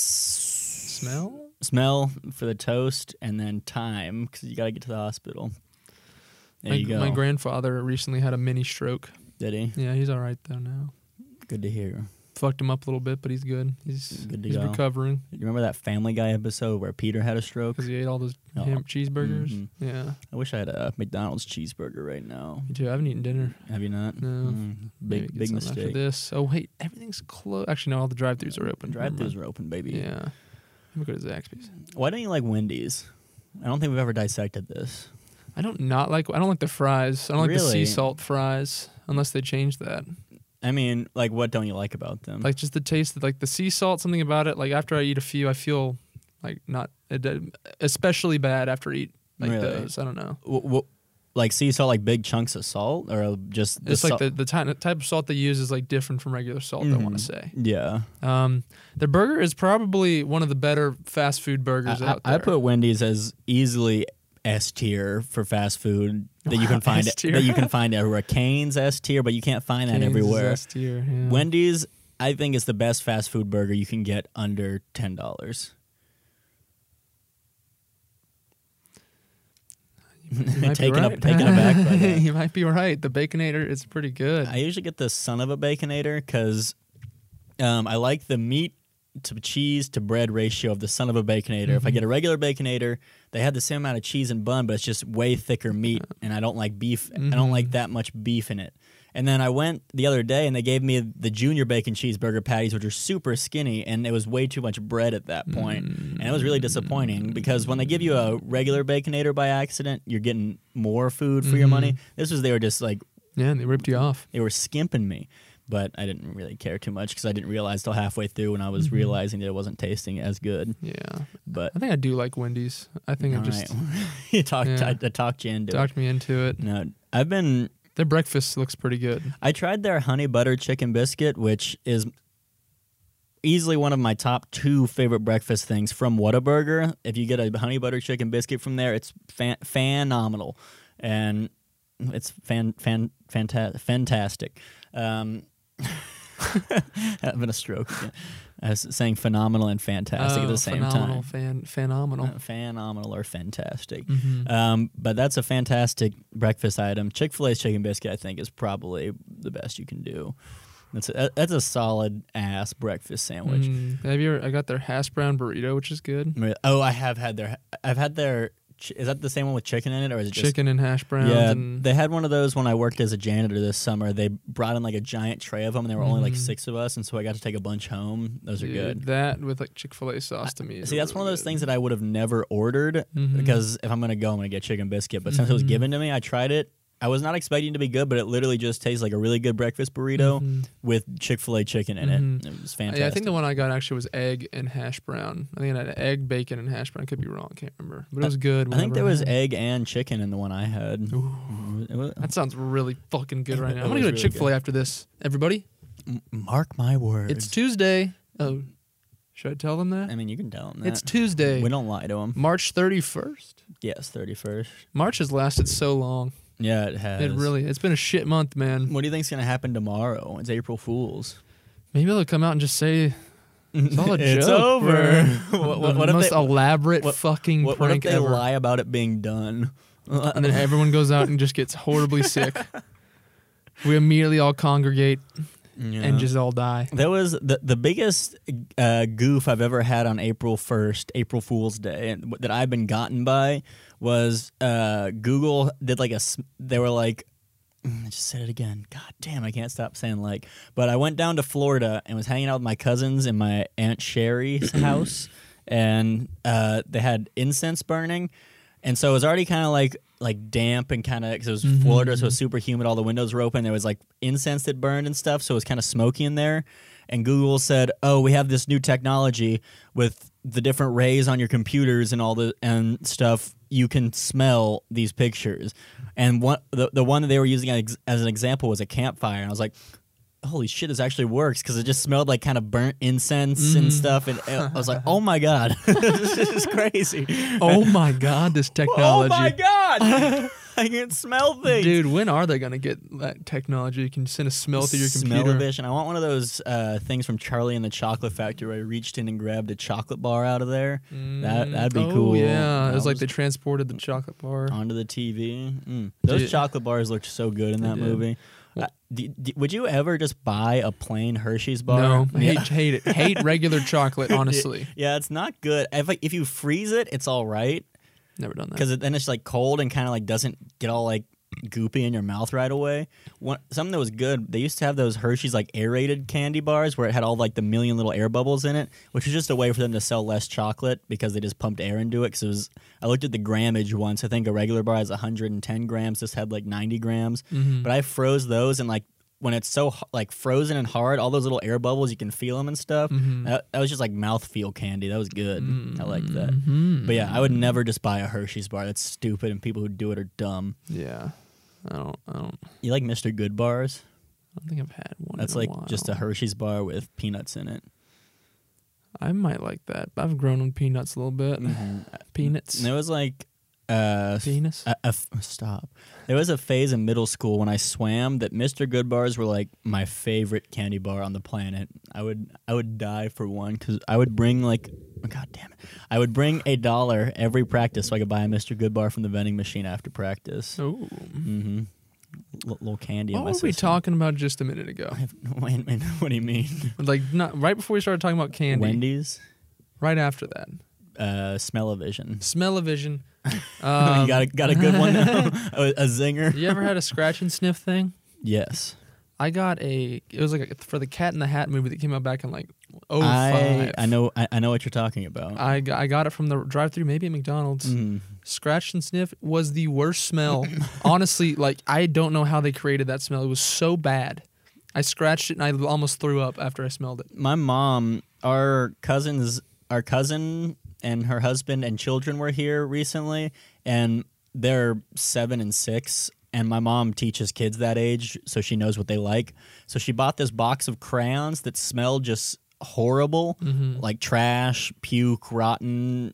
S1: S-
S2: Smell?
S1: smell for the toast, and then time because you got to get to the hospital. There
S2: my,
S1: you go.
S2: my grandfather recently had a mini stroke.
S1: Did he?
S2: Yeah, he's all right though now.
S1: Good to hear.
S2: Fucked him up a little bit, but he's good. He's
S1: Good to
S2: he's
S1: go.
S2: recovering
S1: You remember that Family Guy episode where Peter had a stroke?
S2: because he ate all those
S1: Oh.
S2: ham cheeseburgers.
S1: Mhm.
S2: Yeah,
S1: I wish I had a McDonald's cheeseburger right now.
S2: me too. I haven't eaten dinner.
S1: Have you not?
S2: No.
S1: Mm,
S2: Maybe
S1: big
S2: get
S1: big
S2: something After
S1: mistake.
S2: this. Oh wait, everything's closed. Actually, no, all the drive-throughs are open. Never
S1: Drive-throughs are
S2: mind.
S1: open, baby.
S2: Yeah, I'm gonna go to Zaxby's.
S1: Why don't you like Wendy's? I don't think we've ever dissected this.
S2: I don't not like. I don't like the fries. I don't like the sea
S1: Really? Hmm.
S2: salt fries unless they change that.
S1: I mean, like, what don't you like about them?
S2: Like just the taste, of, like the sea salt. Something about it. Like after I eat a few, I feel like not it- uh, especially bad after I eat like
S1: Really?
S2: those. I don't know.
S1: w- wh like sea salt, like big chunks of salt, or just the
S2: it's like
S1: salt-
S2: the, the ty- type of salt they use is like different from regular salt. I want
S1: Mhm.
S2: to say.
S1: yeah.
S2: Um, the burger is probably one of the better fast food burgers
S1: I,
S2: out
S1: I-
S2: there.
S1: I put Wendy's as easily S tier for fast food that you can find
S2: S tier.
S1: that you can find everywhere. Canes S tier, but you can't find that
S2: Cane's is
S1: everywhere.
S2: S tier, yeah.
S1: Wendy's, I think, is the best fast food burger you can get under ten dollars.
S2: You might be
S1: taken
S2: right.
S1: ab- taken aback by that.
S2: you might be right. The Baconator is pretty good.
S1: I usually get the son of a baconator because um, I like the meat to cheese to bread ratio of the son of a baconator. If I get a regular baconator, they have the same amount of cheese and bun, but it's just way thicker meat, and I don't like beef. I don't like that much beef in it. And then I went the other day, and they gave me the junior bacon cheeseburger patties, which are super skinny, and it was way too much bread at that point, and it was really disappointing because when they give you a regular baconator by accident, you're getting more food for your money. This was they were just like
S2: yeah, and they ripped you off.
S1: they were skimping me but i didn't really care too much because i didn't realize till halfway through when i was realizing that it wasn't tasting as good
S2: Yeah,
S1: but
S2: Mm-hmm. I think I do like Wendy's. I think
S1: all
S2: I just
S1: right you talked
S2: Yeah.
S1: I, I talked you into it.
S2: talked me into it.
S1: no i've been
S2: Their breakfast looks pretty good.
S1: i tried their honey butter chicken biscuit which is easily one of my top two favorite breakfast things from whataburger if you get a honey butter chicken biscuit from there it's fan- phenomenal and it's fan fan fanta- fantastic um having a stroke again. I was saying phenomenal and fantastic at
S2: Oh,
S1: the same
S2: phenomenal,
S1: time.
S2: Fan, phenomenal.
S1: Uh, phenomenal or fantastic.
S2: Mhm.
S1: Um, but that's a fantastic breakfast item. Chick fil A's chicken biscuit, I think, is probably the best you can do. That's a, that's a solid ass breakfast sandwich.
S2: Mm, have you? Ever, I got their hash brown burrito, which is good.
S1: Really- Oh, I have had their. I've had their. ch- Is that the same one with chicken in it, or is it just
S2: Chicken and hash browns.
S1: Yeah,
S2: and
S1: they had one of those when I worked as a janitor this summer. They brought in like a giant tray of them, and there were only like
S2: Mhm.
S1: six of us, and so I got to take a bunch home. Those are
S2: Dude,
S1: good.
S2: That with like Chick Fil A sauce to me. is
S1: See, that's
S2: really
S1: one of those
S2: good.
S1: things that I would have never ordered
S2: Mhm.
S1: because if I'm gonna go, I'm gonna get chicken biscuit. But since it was
S2: Mhm.
S1: given to me, I tried it. I was not expecting it to be good, but it literally just tastes like a really good breakfast burrito
S2: Mhm.
S1: with Chick Fil A chicken in
S2: Mhm.
S1: it. It was
S2: Yeah,
S1: fantastic.
S2: I think the one I got actually was egg and hash brown. I think it had egg, bacon, and hash brown. I could be wrong. Can't remember, but it was good.
S1: I think
S2: whenever
S1: there was
S2: had it.
S1: egg and chicken in the one I had.
S2: Ooh,
S1: It was-
S2: that sounds really fucking good right now.
S1: It
S2: I'm gonna
S1: was
S2: go to
S1: really
S2: Chick Fil A after this. Everybody,
S1: M- Mark my words.
S2: it's Tuesday. Oh, should I tell them that?
S1: I mean, you can tell them that.
S2: It's Tuesday,
S1: uh, We don't lie to them.
S2: March 31st.
S1: Yes, 31st.
S2: March has lasted so long.
S1: Yeah, it has.
S2: It really, it's been a shit month, man.
S1: What do you think's gonna happen tomorrow? It's April Fool's.
S2: Maybe they'll come out and just say it's all a
S1: It's
S2: joke,
S1: over.
S2: bro.
S1: What- what-
S2: the
S1: what if
S2: most
S1: they-
S2: elaborate
S1: what-
S2: fucking
S1: What, what if
S2: prank
S1: they
S2: ever.
S1: lie about it being done?
S2: and then everyone goes out and just gets horribly sick. We immediately all congregate and just all die.
S1: That was the the biggest uh, goof I've ever had on April first, April Fool's Day, and wh- that I've been gotten by was uh, Google did like a s- they were like. I just said it again. God damn, I can't stop saying like. But I went down to Florida and was hanging out with my cousins in my aunt Sherry's house, and uh, they had incense burning, and so it was already kind of like like damp and kind of because it was Florida, so it was super humid. All the windows were open. There was like incense that burned and stuff, so it was kind of smoky in there. And Google said, "Oh, we have this new technology with the different rays on your computers and all the and stuff. You can smell these pictures." And one the the one that they were using as, as an example was a campfire, and I was like. Holy shit! This actually works because it just smelled like kind of burnt incense and stuff, and I was like, "Oh my god, this is crazy!"
S2: Oh my god, this technology.
S1: Oh my god! I can smell things.
S2: Dude, when are they gonna get that technology? You can send a smell through your computer.
S1: Smell-o-vision. I want one of those uh, things from Charlie and the Chocolate Factory where I reached in and grabbed a chocolate bar out of there. that that'd be
S2: oh,
S1: cool.
S2: Yeah,
S1: That
S2: it was like they transported the chocolate bar.
S1: onto the TV. Mm. Those
S2: Dude.
S1: chocolate bars looked so good in that
S2: did.
S1: movie. Uh, d- d- would you ever just buy a plain Hershey's bar?
S2: No, I hate,
S1: yeah.
S2: hate it. Hate regular chocolate. Honestly,
S1: yeah, it's not good. If like, if you freeze it, it's all right
S2: never done that.
S1: because it, then it's like cold and kind of like doesn't get all like goopy in your mouth right away. One, something that was good, they used to have those Hershey's like aerated candy bars where it had all like the million little air bubbles in it, which was just a way for them to sell less chocolate because they just pumped air into it. Because it was, I looked at the grammage once. I think a regular bar has 110 grams. This had like 90 grams, but I froze those and like. When it's so h- like frozen and hard, all those little air bubbles, you can feel them and stuff. That, that was just like mouthfeel candy. That was good. I liked that.
S2: Mm-hmm.
S1: But yeah, I would never just buy a Hershey's bar. That's stupid, and people who do it are dumb.
S2: Yeah, I don't. I don't.
S1: You like Mr. Good bars?
S2: I don't think I've had one.
S1: That's
S2: in a
S1: like
S2: while.
S1: just a Hershey's bar with peanuts in it.
S2: I might like that. I've grown on peanuts a little bit. Peanuts.
S1: And there was like Mm-hmm. uh,
S2: Penis.
S1: a- a f- stop. There was a phase in middle school when I swam that Mr. Good bars were like my favorite candy bar on the planet. I would I would die for one because I would bring like oh, god damn it, I would bring a dollar every practice so I could buy a Mr. Good bar from the vending machine after practice.
S2: oh.
S1: Mm-hmm. L- little candy. in
S2: What
S1: my
S2: were we
S1: system.
S2: talking about just a minute ago?
S1: I have no wait, wait, what do you mean?
S2: Like not right before we started talking about candy.
S1: Wendy's,
S2: Right after that,
S1: uh, Smell-O-Vision.
S2: smell-o-vision. Um,
S1: you got a, got a good one, now? a, a zinger.
S2: you ever had a scratch and sniff thing?
S1: Yes,
S2: I got a. It was like a, for the Cat in the Hat movie that came out back in like oh
S1: I
S2: five.
S1: I know I, I know what you're talking about.
S2: I got, I got it from the drive-through, maybe at McDonald's.
S1: Mm.
S2: Scratch and sniff was the worst smell. Honestly, like I don't know how they created that smell. It was so bad. I scratched it and I almost threw up after I smelled it.
S1: My mom, our cousins, our cousin and her husband and children were here recently, and they're seven and six. And my mom teaches kids that age, so she knows what they like. So she bought this box of crayons that smelled just horrible, like trash, puke, rotten,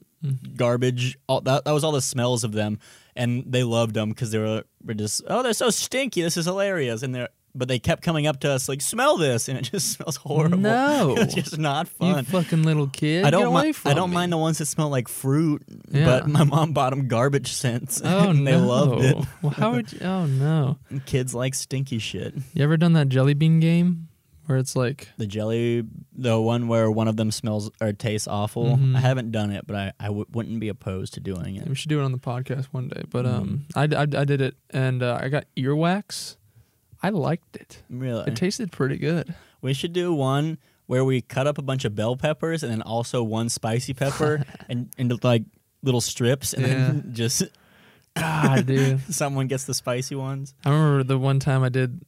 S1: garbage. All that, that was all the smells of them, and they loved them because they were, were just oh they're so stinky. This is hilarious, and they're but they kept coming up to us like smell this, and it just smells horrible.
S2: No.
S1: it's just not
S2: You
S1: fun.
S2: fucking little kid.
S1: I don't
S2: Get away
S1: mind.
S2: from
S1: I don't
S2: me.
S1: mind the ones that smell like fruit,
S2: Yeah.
S1: but my mom bought them garbage scents,
S2: Oh
S1: and they
S2: no.
S1: loved it.
S2: Well, how would you? Oh no.
S1: And kids like stinky shit.
S2: You ever done that jelly bean game where it's like
S1: The jelly, the one where one of them smells or tastes awful.
S2: Mm-hmm.
S1: I haven't done it, but I I w- wouldn't be opposed to doing it.
S2: we should do it on the podcast one day, but
S1: Mm-hmm.
S2: um, I, I, I did it and uh, I got earwax. I liked it.
S1: Really,
S2: It tasted pretty good.
S1: We should do one where we cut up a bunch of bell peppers and then also one spicy pepper and into like little strips and then just Ah,
S2: God, dude.
S1: someone gets the spicy ones.
S2: I remember the one time I did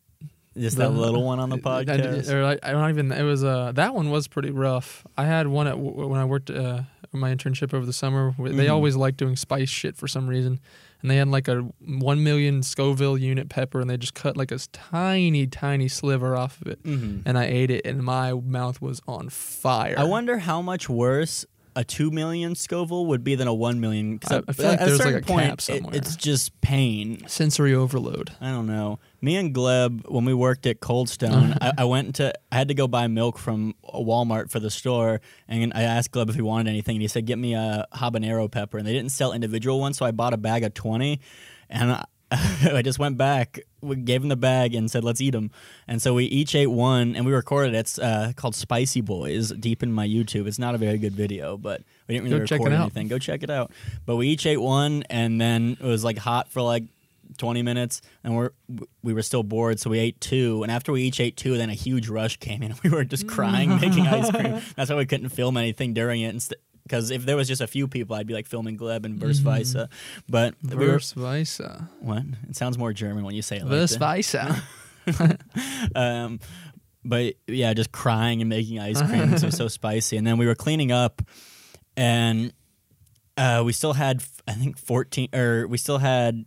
S1: Just that
S2: The-
S1: little one on the
S2: I- I-
S1: podcast.
S2: or like, I don't even. It was uh that one was pretty rough. I had one at w- when I worked uh, my internship over the summer. wh- They
S1: Mhm.
S2: always like doing spice shit for some reason, and they had like a one million Scoville unit pepper, and they just cut like a s- tiny, tiny sliver off of it,
S1: hmm
S2: and I ate it, and my mouth was on fire.
S1: I wonder how much worse a two million Scoville would be than a one million. 'cause
S2: I-
S1: at-
S2: I feel like
S1: at
S2: there's,
S1: certain
S2: like, a
S1: point,
S2: cap somewhere.
S1: it's just pain.
S2: sensory overload.
S1: I don't know. Me and Gleb, when we worked at Cold Stone,
S2: Uh-huh.
S1: I, I went to I had to go buy milk from a Walmart for the store, and I asked Gleb if he wanted anything, and he said, "Get me a habanero pepper." And they didn't sell individual ones, so I bought a bag of twenty, and I, I just went back, we gave him the bag, and said, "Let's eat them." And so we each ate one, and we recorded. it. It's uh, called Spicy Boys. Deep in my YouTube, it's not a very good video, but we didn't really
S2: Go check
S1: record
S2: it out.
S1: anything. Go check it out. But we each ate one, and then it was like hot for like. 20 minutes and we're we were still bored so we ate two and after we each ate two then a huge rush came in and we were just crying making ice cream that's why we couldn't film anything during it because if there was just a few people i'd be like filming gleb and verse visa but we were
S2: Vers Visa.
S1: what? It sounds more German when you say it like
S2: Vers
S1: that.
S2: Visa.
S1: Um, but yeah, just crying and making ice cream. 'cause it was so spicy. And then we were cleaning up, and uh, we still had f- I think fourteen, or we still had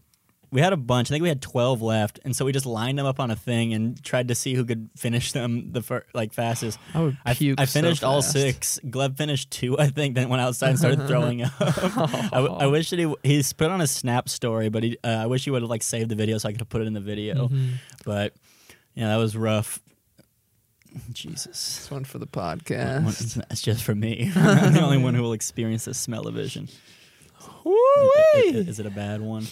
S1: we had a bunch. I think we had twelve left, and so we just lined them up on a thing and tried to see who could finish them the fir- like fastest.
S2: I would
S1: I,
S2: puke
S1: I
S2: so
S1: finished all
S2: fast.
S1: six. Gleb finished two, I think. Then went outside and started throwing up. I, w- I wish that he he's put on a snap story, but he, uh, I wish he would have like saved the video so I could have put it in the
S2: Mm-hmm.
S1: video. But yeah, that was rough. Jesus,
S2: This one for the
S1: One- one-
S2: podcast.
S1: that's just for me. I'm the only one who will experience the smell of vision. Is,
S2: Woo-wee.
S1: it a bad one?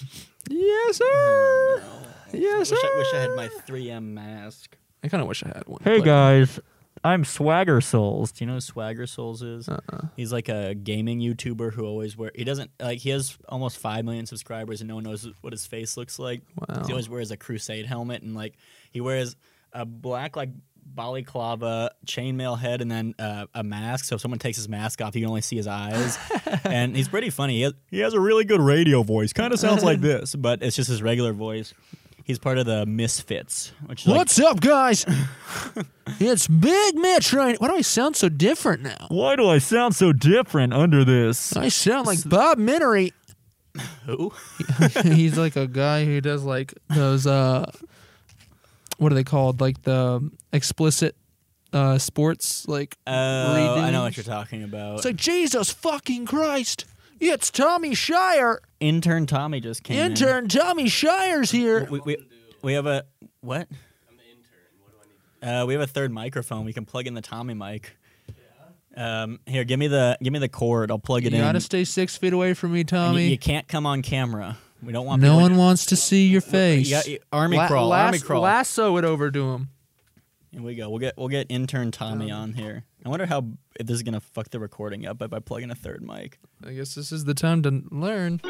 S2: Yes, sir. Yes, sir.
S1: Wish I, wish I had my 3M mask.
S2: I kind of wish I had one.
S1: Hey
S2: but-
S1: guys, I'm Swagger Souls. Do you know who Swagger Souls is?
S2: Uh-uh.
S1: He's like a gaming YouTuber who always wear. He doesn't like. He has almost five million subscribers, and no one knows what his face looks like.
S2: Wow.
S1: He always wears a Crusade helmet, and like he wears a black like balaclava chainmail head, and then uh, a mask. So if someone takes his mask off, you can only see his eyes. and he's pretty funny. He has, he has a really good radio voice. Kind of sounds like this, but it's just his regular voice. He's part of the Misfits, which is like-
S2: What's up, guys? it's Big Mitch right Why do I sound so different now?
S1: why do I sound so different under this?
S2: I sound like Bob Minnery.
S1: Who?
S2: He's like a guy who does like those uh what are they called? Like the explicit uh sports like
S1: Oh, I know
S2: redos.
S1: what you're talking about.
S2: It's like Jesus fucking Christ. It's Tommy Shire.
S1: intern Tommy just came. in.
S2: Intern Tommy Shire's here.
S1: We, we, we have a what? Uh, we have a third microphone. We can plug in the Tommy mic. Um, here, give me the give me the cord. I'll plug
S2: You
S1: it in.
S2: gotta stay six feet away from me,
S1: And you-
S2: Tommy.
S1: you, can't come on camera. We don't want
S2: no
S1: people
S2: one wants to see your
S1: To,
S2: face.
S1: you got- you- army
S2: La-
S1: crawl. army
S2: las-
S1: crawl.
S2: Lasso it over to him.
S1: Here we go. We'll get we'll get intern Tommy
S2: Um,
S1: on here. I wonder how if this is gonna fuck the recording up if I plug in a third mic.
S2: I guess this is the time to learn.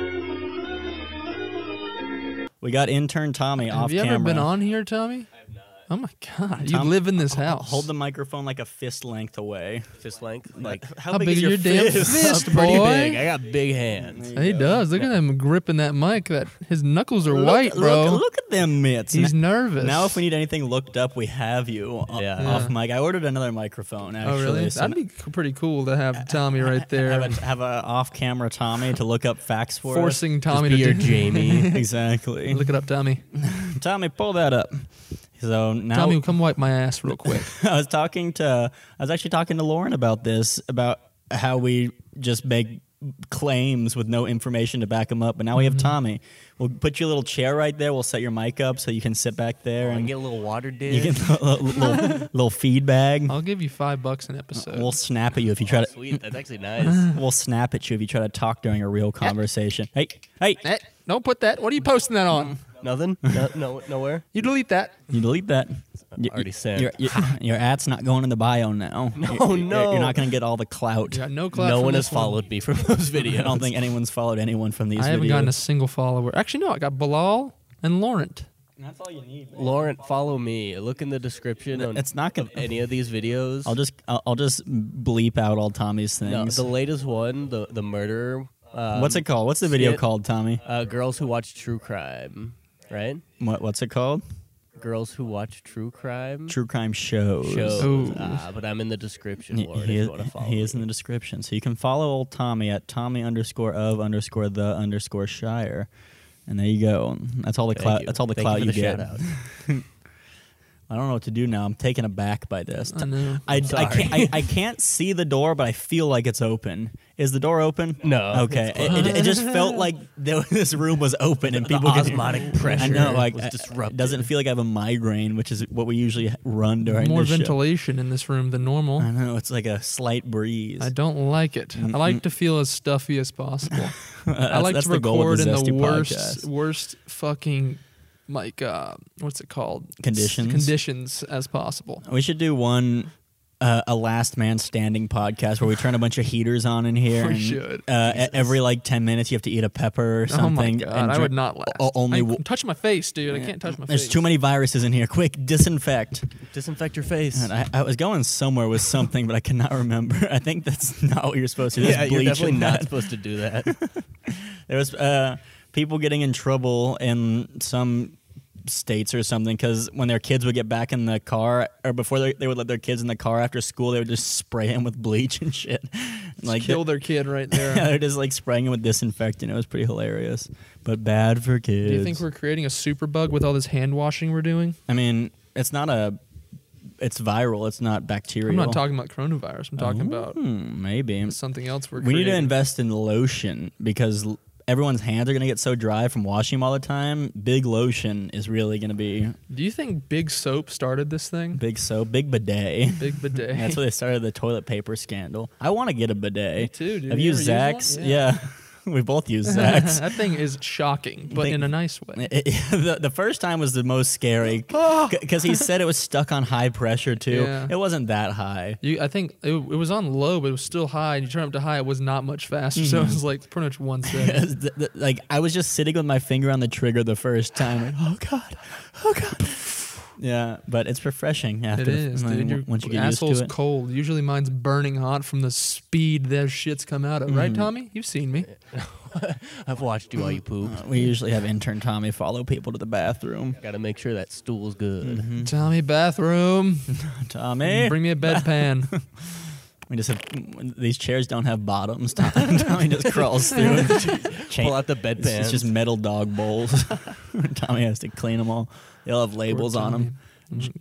S1: We got intern Tommy off
S2: Have you
S1: camera.
S2: ever been on here, Tommy? I have not. Oh my god, you
S1: Tom,
S2: live in this house.
S1: Hold the microphone like a fist length away.
S3: Fist length, like
S1: How,
S2: How
S1: big, is
S2: big are
S1: your,
S2: your damn
S1: fist?
S2: fists,
S1: Pretty
S2: boy?
S3: big. I got big hands.
S2: He does. Look at him gripping that mic. That his knuckles are
S1: Look-
S2: white, bro.
S1: Look, look at them mitts.
S2: He's
S1: N-
S2: nervous.
S1: now, if we need anything looked up, we have you o-
S3: Yeah.
S1: off mic. I ordered another microphone actually.
S2: oh really?
S1: so
S2: That'd be c- pretty cool to have Tommy right there,
S1: have a, have a off-camera Tommy to look up facts for us.
S2: forcing Tommy
S3: Just
S2: to
S3: be your
S2: do.
S3: Jamie.
S1: Exactly.
S2: Look it up, Tommy.
S1: Tommy, pull that up. So now
S2: Tommy, come wipe my ass real quick.
S1: I was talking to I was actually talking to Lauren about this about how we just make claims with no information to back them up. But now we have
S2: Mm-hmm.
S1: Tommy. We'll put your little chair right there. We'll set your mic up so you can sit back there
S2: Oh,
S3: I
S1: and
S3: get a little water
S1: you
S3: dish.
S1: get a little, little, little feed bag.
S2: I'll give you five bucks an episode.
S1: We'll snap at you if you try to.
S3: Sweet, that's actually nice.
S1: We'll snap at you if you try to talk during a real conversation. Hey, hey,
S2: Eh, don't put that. What
S1: Mm.
S2: are you posting that on?
S3: Nothing? No, no, nowhere.
S2: You delete that.
S1: you delete that. You-
S3: Already sent.
S1: Your, your, your ad's not going in the bio now. No, you're,
S3: no.
S1: You're not going to get all the clout.
S2: You got no clout.
S3: No
S2: from
S3: one
S2: this
S3: has followed me from those videos.
S1: I don't think anyone's followed anyone from these.
S2: I haven't
S1: videos.
S2: gotten a single follower. Actually, no. I got Bilal and Laurent.
S1: That's all you need.
S3: Lauren, follow me. Look in the description on
S1: It's not gonna.
S3: any of these videos.
S1: I'll just I'll, I'll just bleep out all Tommy's
S3: no,
S1: things.
S3: the latest one, the the murder. Um,
S1: what's it called? What's the video
S3: skit.
S1: called, Tommy?
S3: Uh, girls who watch true crime, right?
S1: What What's it called?
S3: Girls who watch true crime
S1: True crime shows.
S3: shows.
S2: Ooh.
S3: Ah, but I'm in the description,
S1: He,
S3: Lauren.
S1: he
S3: if
S1: is,
S3: you want to follow
S1: he is in
S3: me.
S1: the description, so you can follow old Tommy at Tommy underscore of underscore the underscore Shire, and there you go. That's all the
S3: Thank
S1: clout.
S3: you.
S1: That's all the
S3: Thank
S1: clout
S3: you,
S1: you,
S3: for the
S1: get.
S3: Shout out.
S1: I don't know what to do now. I'm taken aback by this.
S2: I know.
S1: I, I
S3: Sorry.
S1: can't I, I can't see the door, but I feel like it's open. Is the door open?
S3: No.
S1: Okay. It, it, it just felt like there, this room was open and people could-
S3: osmotic pressure
S1: I know, like
S3: was
S1: I-
S3: disrupted.
S1: It doesn't feel like I have a migraine, which is what we usually run during
S2: More
S1: this show.
S2: ventilation in this room than normal.
S1: I know it's like a slight breeze.
S2: I don't like it. I like to feel as stuffy as possible. I
S1: Uh, That's-
S2: like
S1: that's
S2: to
S1: the goal of
S2: record
S1: the
S2: in
S1: Zesty
S2: the worst,
S1: podcast.
S2: worst fucking like uh, what's it called
S1: Conditions?
S2: S- conditions as possible.
S1: We should do one uh, a last man standing podcast where we turn a bunch of heaters on in here.
S2: We
S1: and,
S2: should.
S1: Uh, e- every like ten minutes, you have to eat a pepper or
S2: Oh my
S1: something.
S2: god,
S1: and
S2: I
S1: drink-
S2: would not last.
S1: o- only
S2: I'm
S1: w-
S2: touching my face, dude. I can't touch my
S1: There's
S2: face.
S1: too many viruses in here. Quick, disinfect.
S3: Disinfect your face.
S1: And I, I was going somewhere with something, but I cannot remember. I think that's not what you're supposed to do.
S3: yeah,
S1: That's
S3: you're
S1: bleach
S3: definitely
S1: and
S3: not
S1: that.
S3: supposed to do that.
S1: There was uh, people getting in trouble in some states or something because when their kids would get back in the car or before they, they would let their kids in the car after school, they would just spray them with bleach and shit.
S2: like kill their kid right
S1: yeah,
S2: there.
S1: they're just like spraying them with disinfectant. It was pretty hilarious, but bad for kids.
S2: Do you think we're creating a super bug with all this hand washing we're doing?
S1: I mean, it's not a. It's viral. It's not bacterial.
S2: I'm not talking about coronavirus. I'm talking about
S1: Hmm, maybe
S2: something else we're
S1: we need to
S2: creating.
S1: invest in lotion because l- everyone's hands are going to get so dry from washing them all the time. Big lotion is really going to be
S2: Do you think Big Soap started this thing?
S1: big soap, big bidet.
S2: Big bidet.
S1: That's where they started the toilet paper scandal. I want to get a bidet.
S2: Me too, dude.
S1: Have
S2: You
S1: you
S2: ever
S1: used
S2: use one?
S1: Zach's?
S2: Yeah.
S1: Yeah, we both use Zach's.
S2: that thing is shocking, but
S1: Think-
S2: in a nice way.
S1: It- it- the, the first time was the most scary because he said it was stuck on high pressure too.
S2: Yeah.
S1: It wasn't that high.
S2: You, I think it, it was on low, but it was still high. And you turn it up to high, it was not much faster. So
S1: Mm-hmm.
S2: it was like pretty much one
S1: It
S2: second.
S1: was th- th- like I was just sitting with my finger on the trigger the first time. Like, oh god, oh god. Yeah, but it's refreshing after
S2: it is,
S1: like,
S2: dude.
S1: w-
S2: Your
S1: once you get used
S2: asshole's
S1: to it.
S2: cold. Usually mine's burning hot from the speed their shits come out of.
S1: Mm-hmm.
S2: Right, Tommy? You've seen me.
S3: I've watched you while you poop.
S1: we usually have intern Tommy follow people to the bathroom.
S3: Got to make sure that stool's good.
S2: Tommy, bathroom.
S1: Tommy,
S2: Bring me a bedpan.
S1: we just have these chairs don't have bottoms. Tommy, Tommy just crawls through. it. Chain-
S3: Pull out the
S1: It's,
S3: bedpan.
S1: it's just metal dog bowls. Tommy has to clean them all. They all have labels on them.
S2: Tommy.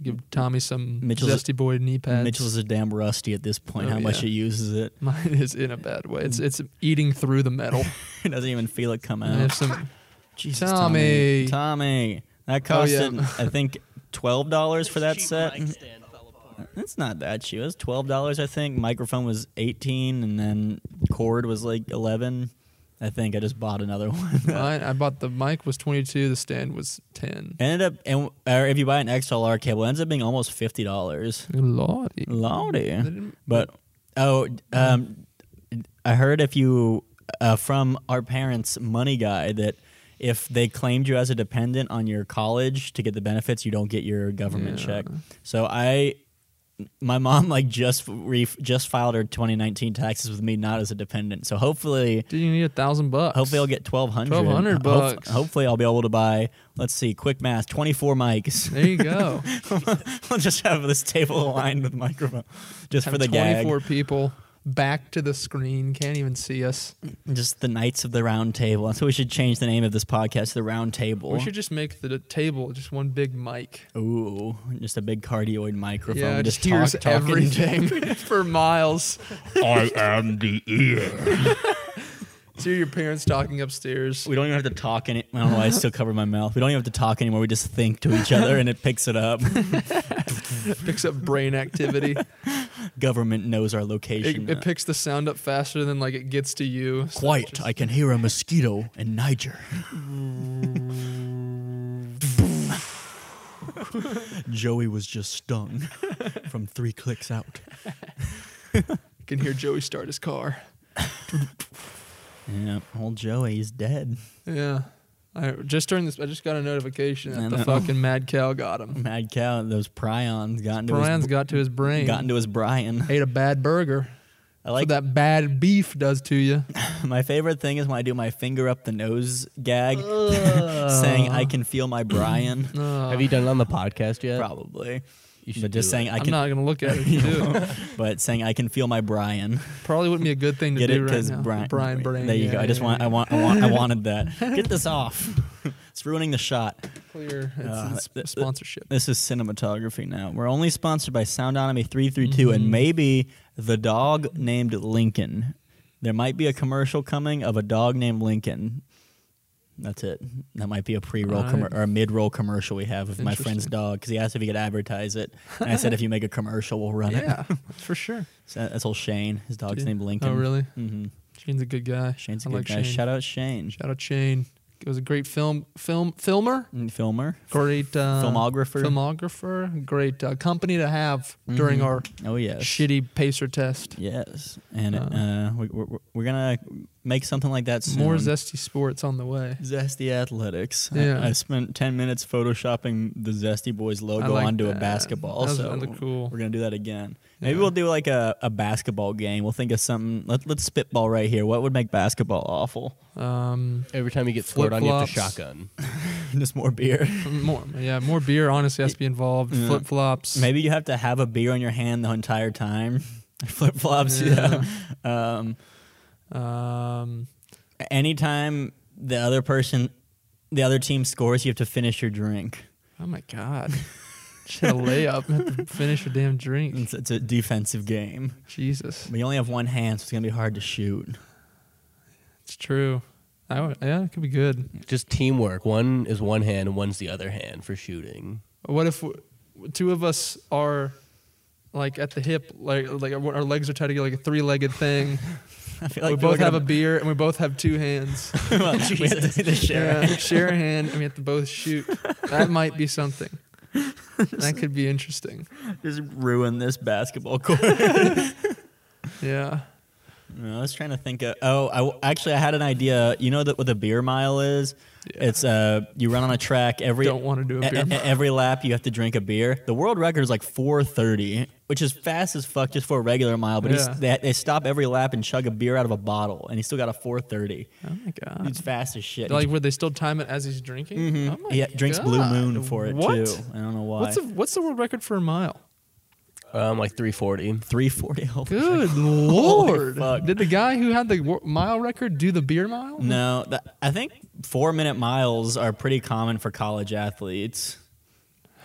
S2: Give Tommy some
S1: Mitchell's-
S2: zesty boy knee pads.
S1: Mitchell's a damn rusty at this point.
S2: Oh,
S1: how much
S2: yeah.
S1: he uses it,
S2: Mine is in a bad way. It's it's eating through the metal.
S1: he doesn't even feel it come
S2: I have
S1: out.
S2: some
S1: Jesus, Tommy,
S2: Tommy.
S1: Tommy, that
S2: Oh, yeah.
S1: costed I think twelve dollars for that set. It's not that cheap. It was twelve dollars, I think. Microphone was eighteen, and then cord was like eleven. I think I just bought another one.
S2: Mine, I bought the mic was 22, the stand was 10.
S1: Ended up, and or if you buy an XLR cable, it ends up being almost fifty dollars.
S2: Lordy. They
S1: Lordy.
S2: didn't-
S1: But oh, um, I heard if you uh, from our parents' money guy that if they claimed you as a dependent on your college to get the benefits, you don't get your government
S2: Yeah.
S1: check. So I. My mom like just re- just filed her 2019 taxes with me not as a dependent. So hopefully
S2: Dude, you need a thousand bucks.
S1: hopefully I'll get 1200.
S2: 1200
S1: Hopef-
S2: bucks.
S1: hopefully I'll be able to buy let's see quick math 24 mics.
S2: There you go.
S1: we'll just have this table aligned with microphone just
S2: Have
S1: for the gag.
S2: 24 people back to the screen. Can't even see us.
S1: Just the Knights of the Round Table. That's what we should change the name of this podcast to the Round Table.
S2: We should just make the table just one big mic.
S1: Ooh, just a big cardioid microphone.
S2: Yeah,
S1: We
S2: it just
S1: talk-
S2: hears
S1: talk and-
S2: everything for miles.
S4: I am the ear.
S2: So your parents talking upstairs.
S1: We don't even have to talk any. I don't know why I still cover my mouth. We don't even have to talk anymore. We just think to each other and it picks it up.
S2: picks up brain activity.
S1: Government knows our location.
S2: it, it picks the sound up faster than like it gets to you. So
S1: Quiet. I can hear a mosquito in Niger. Joey was just stung from three clicks out.
S2: you can hear Joey start his car.
S1: Yeah, old Joey's dead.
S2: Yeah. I just during this I just got a notification
S1: I
S2: that the
S1: know.
S2: fucking mad cow got him.
S1: Mad cow, those prions got into
S2: Brian's
S1: his
S2: got to his brain.
S1: got into his Brian.
S2: ate a bad burger.
S1: I like
S2: so that bad beef does to you.
S1: my favorite thing is when I do my finger up the nose gag, saying I can feel my Brian.
S2: Uh,
S3: Have you done it on the podcast yet?
S1: Probably,
S3: You should
S1: but just
S3: do
S1: saying I
S2: I'm
S1: can.
S2: not gonna look at it. if you do it.
S1: but saying I can feel my Brian.
S2: Probably wouldn't be a good thing to
S1: Get it?
S2: do right
S1: Because
S2: now.
S1: Brian,
S2: Brian Brain.
S1: There you
S2: yeah,
S1: go. I just
S2: yeah,
S1: want.
S2: yeah.
S1: I want. I want. I wanted that. Get this off. it's ruining the shot.
S2: clear. It's,
S1: Uh,
S2: it's
S1: th-
S2: sponsorship.
S1: This is cinematography now. We're only sponsored by Soundonomy 332
S2: Mm-hmm.
S1: and maybe the dog named Lincoln. There might be a commercial coming of a dog named Lincoln. That's it. That might be a pre-roll
S2: All
S1: commer
S2: right.
S1: or a mid-roll commercial we have of my friend's
S2: Interesting.
S1: dog because he asked if he could advertise it, and I said if you make a commercial, we'll run it.
S2: yeah, for sure.
S1: So that's old Shane. His dog's
S2: Dude.
S1: named Lincoln.
S2: Oh, really?
S1: hmm
S2: Shane's a good guy.
S1: Shane's a
S2: I
S1: good
S2: like
S1: guy.
S2: Shane.
S1: Shout out Shane,
S2: Shout out Shane. It was a great film, film, filmer,
S1: Mm, filmer,
S2: great uh,
S1: filmographer.
S2: filmographer, great uh, company to have during
S1: Mhm.
S2: our
S1: oh yes,
S2: shitty pacer test.
S1: Yes, and
S2: Uh,
S1: uh, we, we're, we're gonna make something like that soon.
S2: More zesty sports on the way.
S1: Zesty Athletics. I-
S2: Yeah.
S1: I, spent ten minutes photoshopping the Zesty Boys
S2: I
S1: logo
S2: like
S1: onto a
S2: that.
S1: basketball.
S2: That was
S1: so
S2: really cool.
S1: we're gonna do that again. Maybe
S2: Yeah.
S1: we'll do like a, a basketball game. We'll think of something. Let, let's spitball right here. What would make basketball awful?
S2: Um,
S3: Every time you get scored on, you have to
S2: Flip-flops.
S3: shotgun.
S1: Just more beer.
S2: more, yeah, more beer. Honestly, has to be involved.
S1: Yeah.
S2: Flip flops.
S1: Maybe you have to have a beer on your hand the entire time. Flip flops. Yeah. Um,
S2: Um,
S1: anytime the other person, the other team scores, you have to finish your drink.
S2: oh my god. Shit, a layup. Have to finish your damn drink.
S1: It's, it's a defensive game.
S2: Jesus,
S1: We only have one hand, so it's gonna be hard to shoot.
S2: it's true. I would, yeah, it could be good.
S3: Just teamwork. One is one hand and one's the other hand for shooting.
S2: What if w- two of us are like at the hip, like like our our legs are tied together, like a three-legged thing.
S1: I feel
S2: we both have a beer, and we both have two hands.
S1: a well, we have to do the share.
S2: Yeah, share a hand, and we have to both shoot. That might be something. That could be interesting.
S1: Just ruin this basketball court.
S2: Yeah.
S1: No, I was trying to think of. Oh, I w actually I had an idea. You know that what the beer mile is?
S2: Yeah.
S1: It's uh, you run on a track every.
S2: Don't wanna do a
S1: e-
S2: beer
S1: e-
S2: mile.
S1: every lap you have to drink a beer. The world record is like 4:30, which is fast as fuck just for a regular mile. But he's,
S2: Yeah.
S1: they, they stop every lap and chug a beer out of a bottle, and he still got a 4:30.
S2: Oh my god.
S1: He's fast as shit.
S2: Like, would they still time it as he's drinking? Oh my
S1: he Mm-hmm. drinks Blue
S2: God.
S1: Moon for it
S2: What?
S1: too. I don't know why.
S2: What's the what's the world record for a mile?
S3: Um, like 340.
S1: 340. Holy shit.
S2: Good lord!
S1: fuck. Mm.
S2: Did the guy who had the wor- mile record do the beer mile?
S1: No, th I think four minute miles are pretty common for college athletes.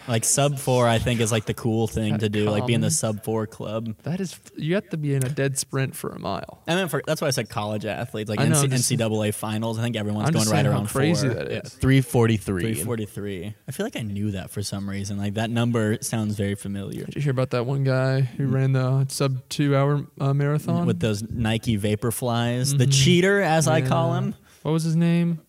S1: Like sub four, I think is like the cool thing to do, like be in the
S2: Common.
S1: sub four club.
S2: That is, you have to be in a dead sprint for a mile.
S1: I meant for that's why I said college athletes, like
S2: I know,
S1: NC,
S2: I'm just-
S1: NCAA finals. I think everyone's
S2: I'm
S1: going
S2: just
S1: right
S2: saying
S1: around
S2: how crazy
S1: four.
S3: Uh,
S2: that
S1: Yeah,
S2: is.
S3: 343.
S1: 343. I feel like I knew that for some reason. Like that number sounds very familiar
S2: Did you hear about that one guy who ran the sub two hour uh, marathon?
S1: Mm. with those Nike Vaporflies, the cheater as I call him.
S2: Mm-hmm. Yeah. uh,
S1: Mm.
S2: What was his name?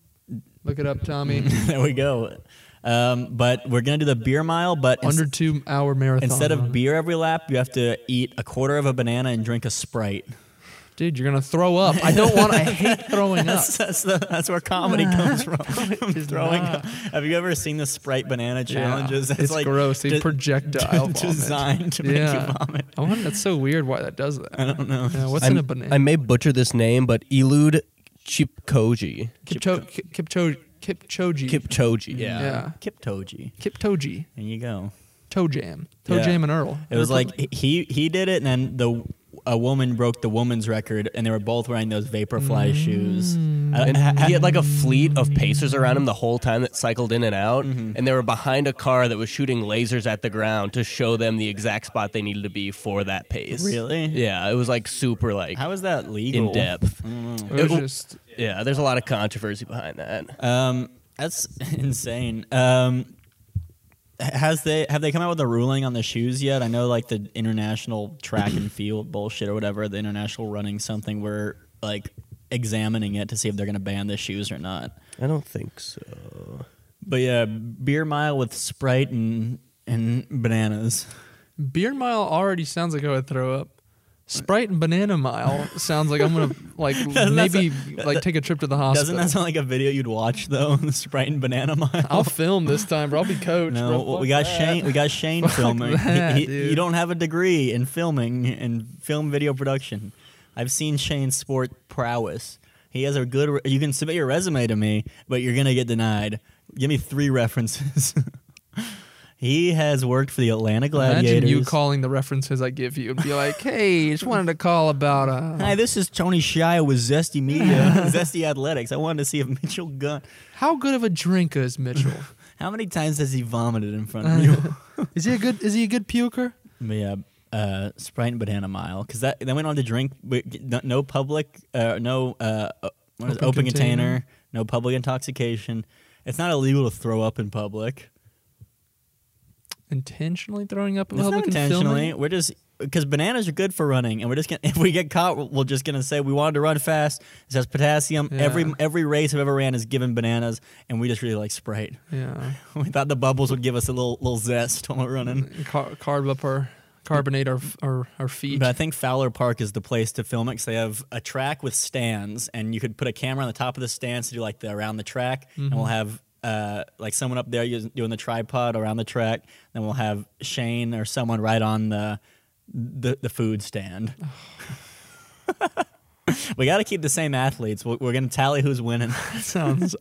S2: Look it up, Tommy.
S1: there we go. Um, but we're gonna do the beer mile, but
S2: Under two hour marathon.
S1: Instead
S2: run.
S1: of beer every lap, you have to eat a quarter of a banana and drink a Sprite.
S2: dude, you're gonna throw up. I don't want. I hate throwing up.
S1: That's, that's, the, that's where comedy comes from. from
S2: is
S1: throwing
S2: not-
S1: up. Have you ever seen the Sprite banana
S2: Yeah.
S1: challenges?
S2: It's
S1: like
S2: gross. They
S1: de-
S2: projectile vomit.
S1: designed to make
S2: Yeah.
S1: you vomit.
S2: I wonder. That's so weird. Why that does that?
S1: I don't know.
S2: Yeah, what's
S3: I'm-
S2: in a banana?
S3: I may butcher this name, but Elud Kipchoge.
S2: Kipcho- Kipcho- Kipchoge.
S3: Kipchoge,
S1: Mm-hmm.
S3: yeah.
S2: yeah.
S1: Kiptoji.
S2: Kiptoji.
S1: There you go.
S2: Toe Jam. Toe
S1: Yeah.
S2: Jam and Earl.
S1: It was
S2: Earl-
S1: like he he did it, and then the a woman broke the woman's record, and they were both wearing those Vaporfly shoes.
S2: Mm.
S1: I-
S3: And
S1: Uh, ha- ha-
S3: he had like a fleet of pacers around him the whole time that cycled in and out, and they were behind a car that was shooting lasers at the ground to show them the exact spot they needed to be for that pace.
S1: Really?
S3: Yeah, it was like super like
S1: how is that legal?
S3: in depth.
S2: it was
S3: it-
S2: just
S3: Yeah, there's a lot of controversy behind that.
S1: Um, that's insane. Um, h- has they have they come out with a ruling on the shoes yet? I know like the international track and field bullshit or whatever, the international running something. We're like examining it to see if they're gonna ban the shoes or not.
S3: I don't think so.
S1: But yeah, beer mile with Sprite and and bananas.
S2: beer mile already sounds like I would throw up. Sprite and banana mile sounds like I'm gonna like
S1: that
S2: maybe like take a trip to the hospital.
S1: Doesn't that sound like a video you'd watch though? The Sprite and banana mile.
S2: I'll film this time, bro. I'll be coach.
S1: no,
S2: bro.
S1: well,
S2: Fuck
S1: we got
S2: that.
S1: Shane. We got Shane filming. He-
S2: that,
S1: he-
S2: dude.
S1: you don't have a degree in filming and film video production. I've seen Shane's sport prowess. He has a good. Re- you can submit your resume to me, but you're gonna get denied. Give me three references. he has worked for the Atlanta Gladiators.
S2: Imagine you calling the references I give you and be like, "Hey, just wanted to call about
S1: Hi,
S2: uh,
S1: this is Tony Shia with Zesty Media, Zesty Athletics. I wanted to see if Mitchell Gunn.
S2: how good of a drinker is Mitchell."
S1: How many times has he vomited in front of you?
S2: Is he a good? Is he a good puker?
S1: But yeah, uh, Sprite and banana mile because that then went on to drink but no, no public, uh, no uh, uh, what is it,
S2: Open
S1: open, container.
S2: container.
S1: no public intoxication. It's not illegal to throw up in public.
S2: Intentionally throwing up in
S1: It's not
S2: public and
S1: intentionally.
S2: filming.
S1: We're just because bananas are good for running, and we're just gonna if we get caught, we're- we're just gonna say we wanted to run fast. It has potassium. Every
S2: Yeah.
S1: every race I've ever ran is given bananas, and we just really like Sprite.
S2: Yeah.
S1: We thought the bubbles would give us a little little zest when we're running.
S2: Car- carb up our carbonate our f- our, our feet.
S1: But I think Fowler Park is the place to film it because they have a track with stands, and you could put a camera on the top of the stands to do like the around the track, and we'll have uh, like someone up there using, doing the tripod around the track. Then we'll have Shane or someone right on the the, the food stand. we got to keep the same athletes. We're, we're going to tally who's winning,
S2: That sounds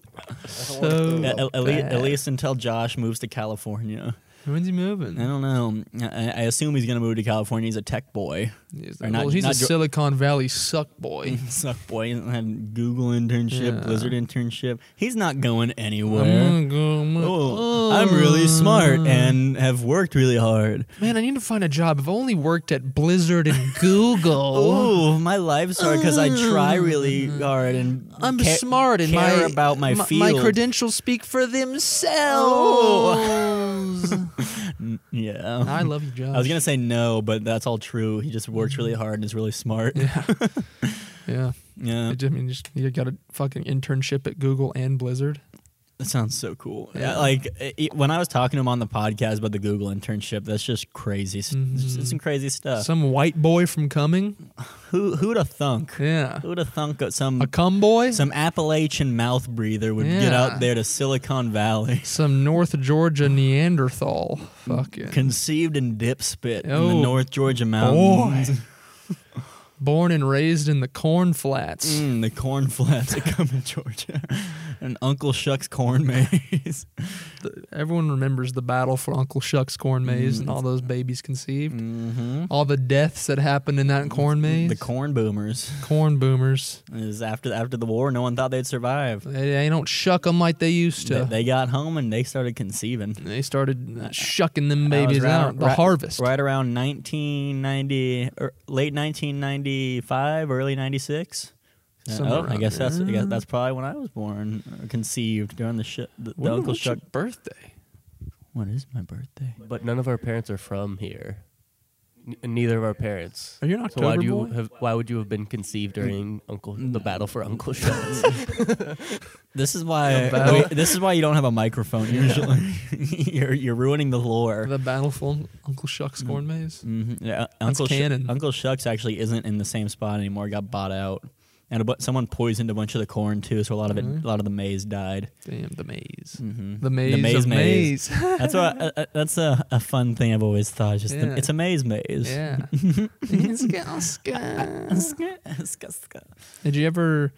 S2: so.
S1: at, at, le-
S2: bad.
S1: at least until Josh moves to California.
S2: When's he
S1: I
S2: moving?
S1: don't know. I, I assume he's going to move to California. He's a tech boy.
S2: He's,
S1: Or
S2: well,
S1: not-
S2: he's
S1: not Mm-hmm.
S2: a
S1: dr-
S2: Silicon Valley suck boy.
S1: Suck boy had Google internship,
S2: Yeah.
S1: Blizzard internship. He's not going
S2: I'm
S1: anywhere.
S2: gonna go- I'm gonna-
S1: Oh, I'm really smart and have worked really hard.
S2: Man, I need to find a job. I've only worked at Blizzard and Google.
S1: Oh, my life's hard because I try really hard and
S2: Mm-hmm. I'm
S1: ca-
S2: smart and
S1: care
S2: my,
S1: about my,
S2: My
S1: field.
S2: credentials speak for themselves.
S1: mm, yeah,
S2: I love you, Josh.
S1: I was gonna say no, but that's all true. He just works really hard and is really smart.
S2: Mm-hmm. Yeah. yeah.
S1: Yeah,
S2: I ju- I mean, just, you got a fucking internship at Google and Blizzard.
S1: that sounds so cool. Yeah,
S2: Yeah.
S1: like it- it- when I was talking to him on the podcast about the Google internship, that's just crazy. s-
S2: Mhm.
S1: s- Some crazy stuff.
S2: Some white boy from Cumming.
S1: Who who'd have thunk?
S2: Yeah.
S1: Who'd have thunk that some
S2: A cum boy. Some,
S1: some Appalachian mouth breather would get
S2: Yeah.
S1: out there to Silicon Valley,
S2: North Georgia Neanderthal. Fucking.
S1: conceived in dipspit in the
S2: Oh,
S1: North Georgia mountains,
S2: Born and raised in the corn flats.
S1: Mm, the corn flats that come in Georgia, and Uncle Shuck's corn maze.
S2: The- everyone remembers the battle for Uncle Shuck's
S1: Mm.
S2: corn maze and all those babies conceived.
S1: mm-hmm.
S2: All the deaths that happened in that corn maze.
S1: The corn boomers
S2: corn boomers.
S1: is after after the war, no one thought they'd survive.
S2: They, they don't shuck them like they used
S1: They,
S2: to.
S1: they got home and they started conceiving.
S2: And they started uh, shucking them
S1: That was
S2: babies
S1: right-
S2: out. The
S1: right-
S2: harvest.
S1: right around 1990, or late 1995, early 96. Uh,
S2: Somewhere
S1: oh, I
S2: around
S1: guess that's I guess
S2: there.
S1: that's probably when I was born, uh, conceived during the sh- the, the
S2: Wonder
S1: Uncle
S2: what's your
S1: Shuck.
S2: birthday.
S1: When is my birthday?
S3: But none of our parents are from here. N- neither of our parents.
S2: Are you an
S3: So why
S2: October
S3: do you
S2: boy?
S3: have? Why would you have been conceived during Uncle the battle for Uncle Shucks?
S1: This is why
S2: battle.
S1: we- this is why you don't have a microphone usually. you're you're ruining the lore.
S2: The battle for Uncle Shuck's corn maze.
S1: hmm Yeah, Uncle Shu-
S2: canon.
S1: Uncle Shucks actually isn't in the same spot anymore. It Got bought out, and a bu- someone poisoned a bunch of the corn too, so a lot of it,
S2: Really?
S1: a lot of the maize died.
S2: Damn the maze.
S1: hmm
S2: The maze. of maze.
S1: That's what. Uh, uh, that's a, a fun thing I've always thought. is Just the-
S2: Yeah.
S1: it's a maze maze.
S2: yeah. Did you ever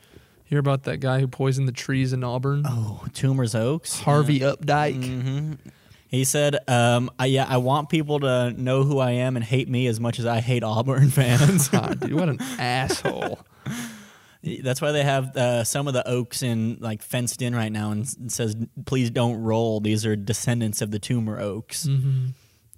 S2: hear about that guy who poisoned the trees in Auburn?
S1: oh, Tumors Oaks.
S2: Harvey Updike.
S1: hmm He said, um, I, "Yeah, I want people to know who I am and hate me as much as I hate Auburn fans.
S2: God, dude, what an asshole.
S1: that's why they have uh, some of the oaks in like fenced in right now, and s- says, please don't roll. These are descendants of the Tumor Oaks.'"
S2: Mm-hmm.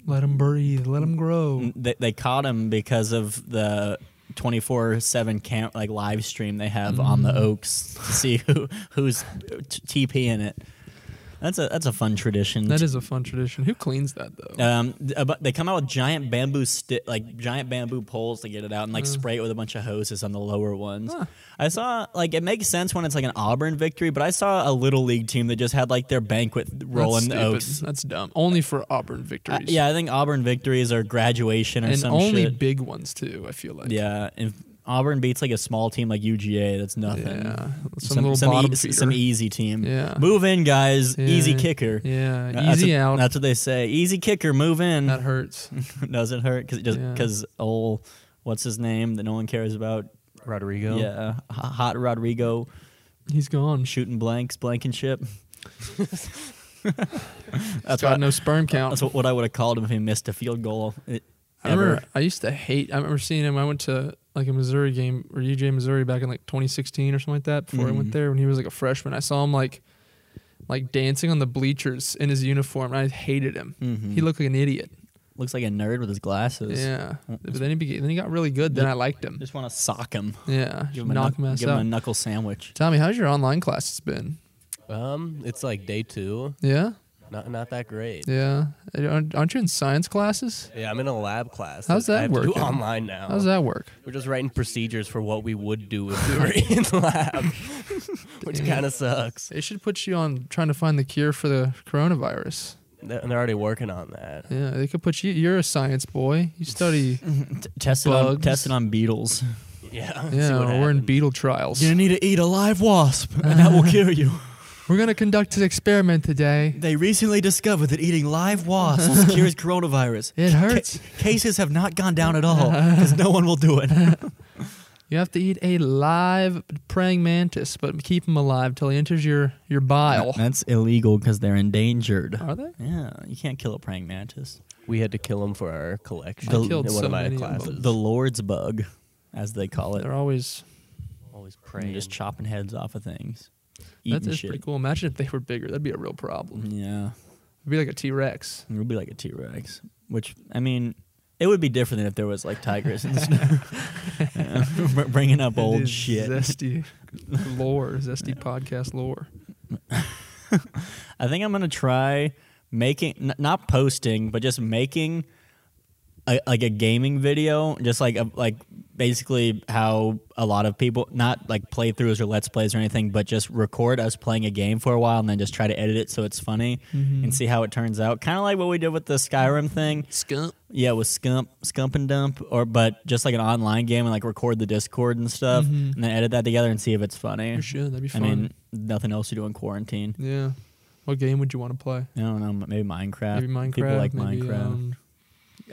S2: Let him breathe. Let him grow.
S1: they, they caught him because of the 24/7 camp like live stream they have on
S2: Mm.
S1: the Oaks to see who who's t- TP in it. That's a that's a fun tradition.
S2: That is a fun tradition. Who cleans that though?
S1: Um, th- uh, but they come out with giant bamboo sti- like giant bamboo poles to get it out and like spray it with a bunch of hoses on the lower ones.
S2: Mm. Huh.
S1: I saw like it makes sense when it's like an Auburn victory, but I saw a little league team that just had like their banquet roll
S2: That's
S1: in the
S2: stupid.
S1: Oaks.
S2: That's dumb. Only for Auburn
S1: I-
S2: victories.
S1: yeah, I think Auburn victories or graduation or
S2: and
S1: some
S2: only
S1: shit.
S2: big ones too. I feel like.
S1: Yeah, if Auburn beats like a small team like UGA, that's nothing.
S2: Yeah. Some, little
S1: some,
S2: bottom
S1: e-
S2: feeder.
S1: some easy team.
S2: Yeah.
S1: Move in, guys.
S2: Yeah.
S1: Easy kicker.
S2: Yeah.
S1: Uh, that's
S2: Easy
S1: what-
S2: out.
S1: That's what they say. Easy kicker. Move in.
S2: that hurts.
S1: Doesn't hurt because just
S2: Yeah.
S1: because old what's his name that no one cares about.
S3: Rodrigo.
S1: Yeah, uh, H- hot Rodrigo
S2: He's gone. She's
S1: shooting blanks, blanking ship. that's
S2: got
S1: what,
S2: no sperm count.
S1: that's what, what I would have called him if he missed a field goal. It,
S2: I remember
S1: ever.
S2: I used to hate. I remember seeing him. I went to like a Missouri game or UJ Missouri back in like 2016 or something like that. Before I went
S1: Mhm.
S2: there, when he was like a freshman, I saw him like like dancing on the bleachers in his uniform. And I hated him.
S1: Mm-hmm.
S2: He looked like an idiot.
S1: Looks like a nerd with his glasses.
S2: Yeah. But then he beca- then he got really good. Then I liked him.
S1: Just want to sock him.
S2: Yeah.
S1: Give him a,
S2: knock
S1: knuck-
S2: him ass
S1: give him a
S2: out.
S1: knuckle sandwich.
S2: Tommy, how's your online classes been?
S3: Um, it's like day two.
S2: Yeah.
S3: Not not that great.
S2: Yeah. Aren't aren't you in science classes?
S3: Yeah, I'm in a lab class.
S2: How's
S3: I
S2: that
S3: have To do
S2: working?
S3: online now.
S2: How does that work?
S3: We're just writing procedures for what we would do if we were in the lab, which kind of sucks.
S2: They should put you on trying to find the cure for the coronavirus.
S3: They're- And they're already working on that.
S2: Yeah, they could put you. You're a science boy. You study.
S1: T- test it on
S2: Bugs.
S1: test it on beetles.
S3: Yeah. see
S2: Yeah,
S3: what
S2: we're in
S3: happens.
S2: beetle trials.
S1: You need to eat a live wasp, and that will kill you.
S2: We're gonna conduct an experiment today.
S1: They recently discovered that eating live wasps cures coronavirus.
S2: It
S1: Ca-
S2: hurts.
S1: cases have not gone down at all because no one will do it.
S2: You have to eat a live praying mantis, but keep him alive till he enters your your bile.
S1: That's illegal because they're endangered.
S2: Are they?
S1: Yeah, you can't kill a praying mantis.
S3: We had to kill him for our collection.
S2: I
S3: in
S2: killed
S3: one
S2: so
S3: of my
S2: many of them.
S3: classes.
S1: The Lord's bug, as they call it.
S2: They're always.
S3: Always
S1: They're
S3: praying.
S1: just chopping heads off of things.
S2: That's
S1: Eating
S2: that's
S1: shit. Mm.
S2: pretty cool. Imagine if they were bigger. That'd be a real problem.
S1: Yeah.
S2: It'd be like a T Rex.
S1: It would be like a T Rex, which I mean, it would be different than if there was like tigers and stuff. Yeah. Br- Bringing up old shit.
S2: Zesty lore. Zesty podcast lore.
S1: I think I'm gonna try making n- not posting, but just making a, like a gaming video, just like a, like basically how a lot of people not like playthroughs or let's plays or anything, but just record us playing a game for a while and then just try to edit it so it's funny
S2: Mm-hmm.
S1: and see how it turns out. Kind of like what we did with the Skyrim thing.
S2: Skunk.
S1: Yeah, with Scump, Scump and Dump, or but just like an online game and like record the Discord and stuff, and then edit that together and see if it's funny.
S2: Mm-hmm. For sure. That'd be
S1: I
S2: fun.
S1: mean, nothing else to do in quarantine.
S2: yeah. What game would you want to play?
S1: I don't know, m- maybe Minecraft.
S2: Maybe Minecraft.
S1: People like
S2: maybe,
S1: Minecraft.
S2: um,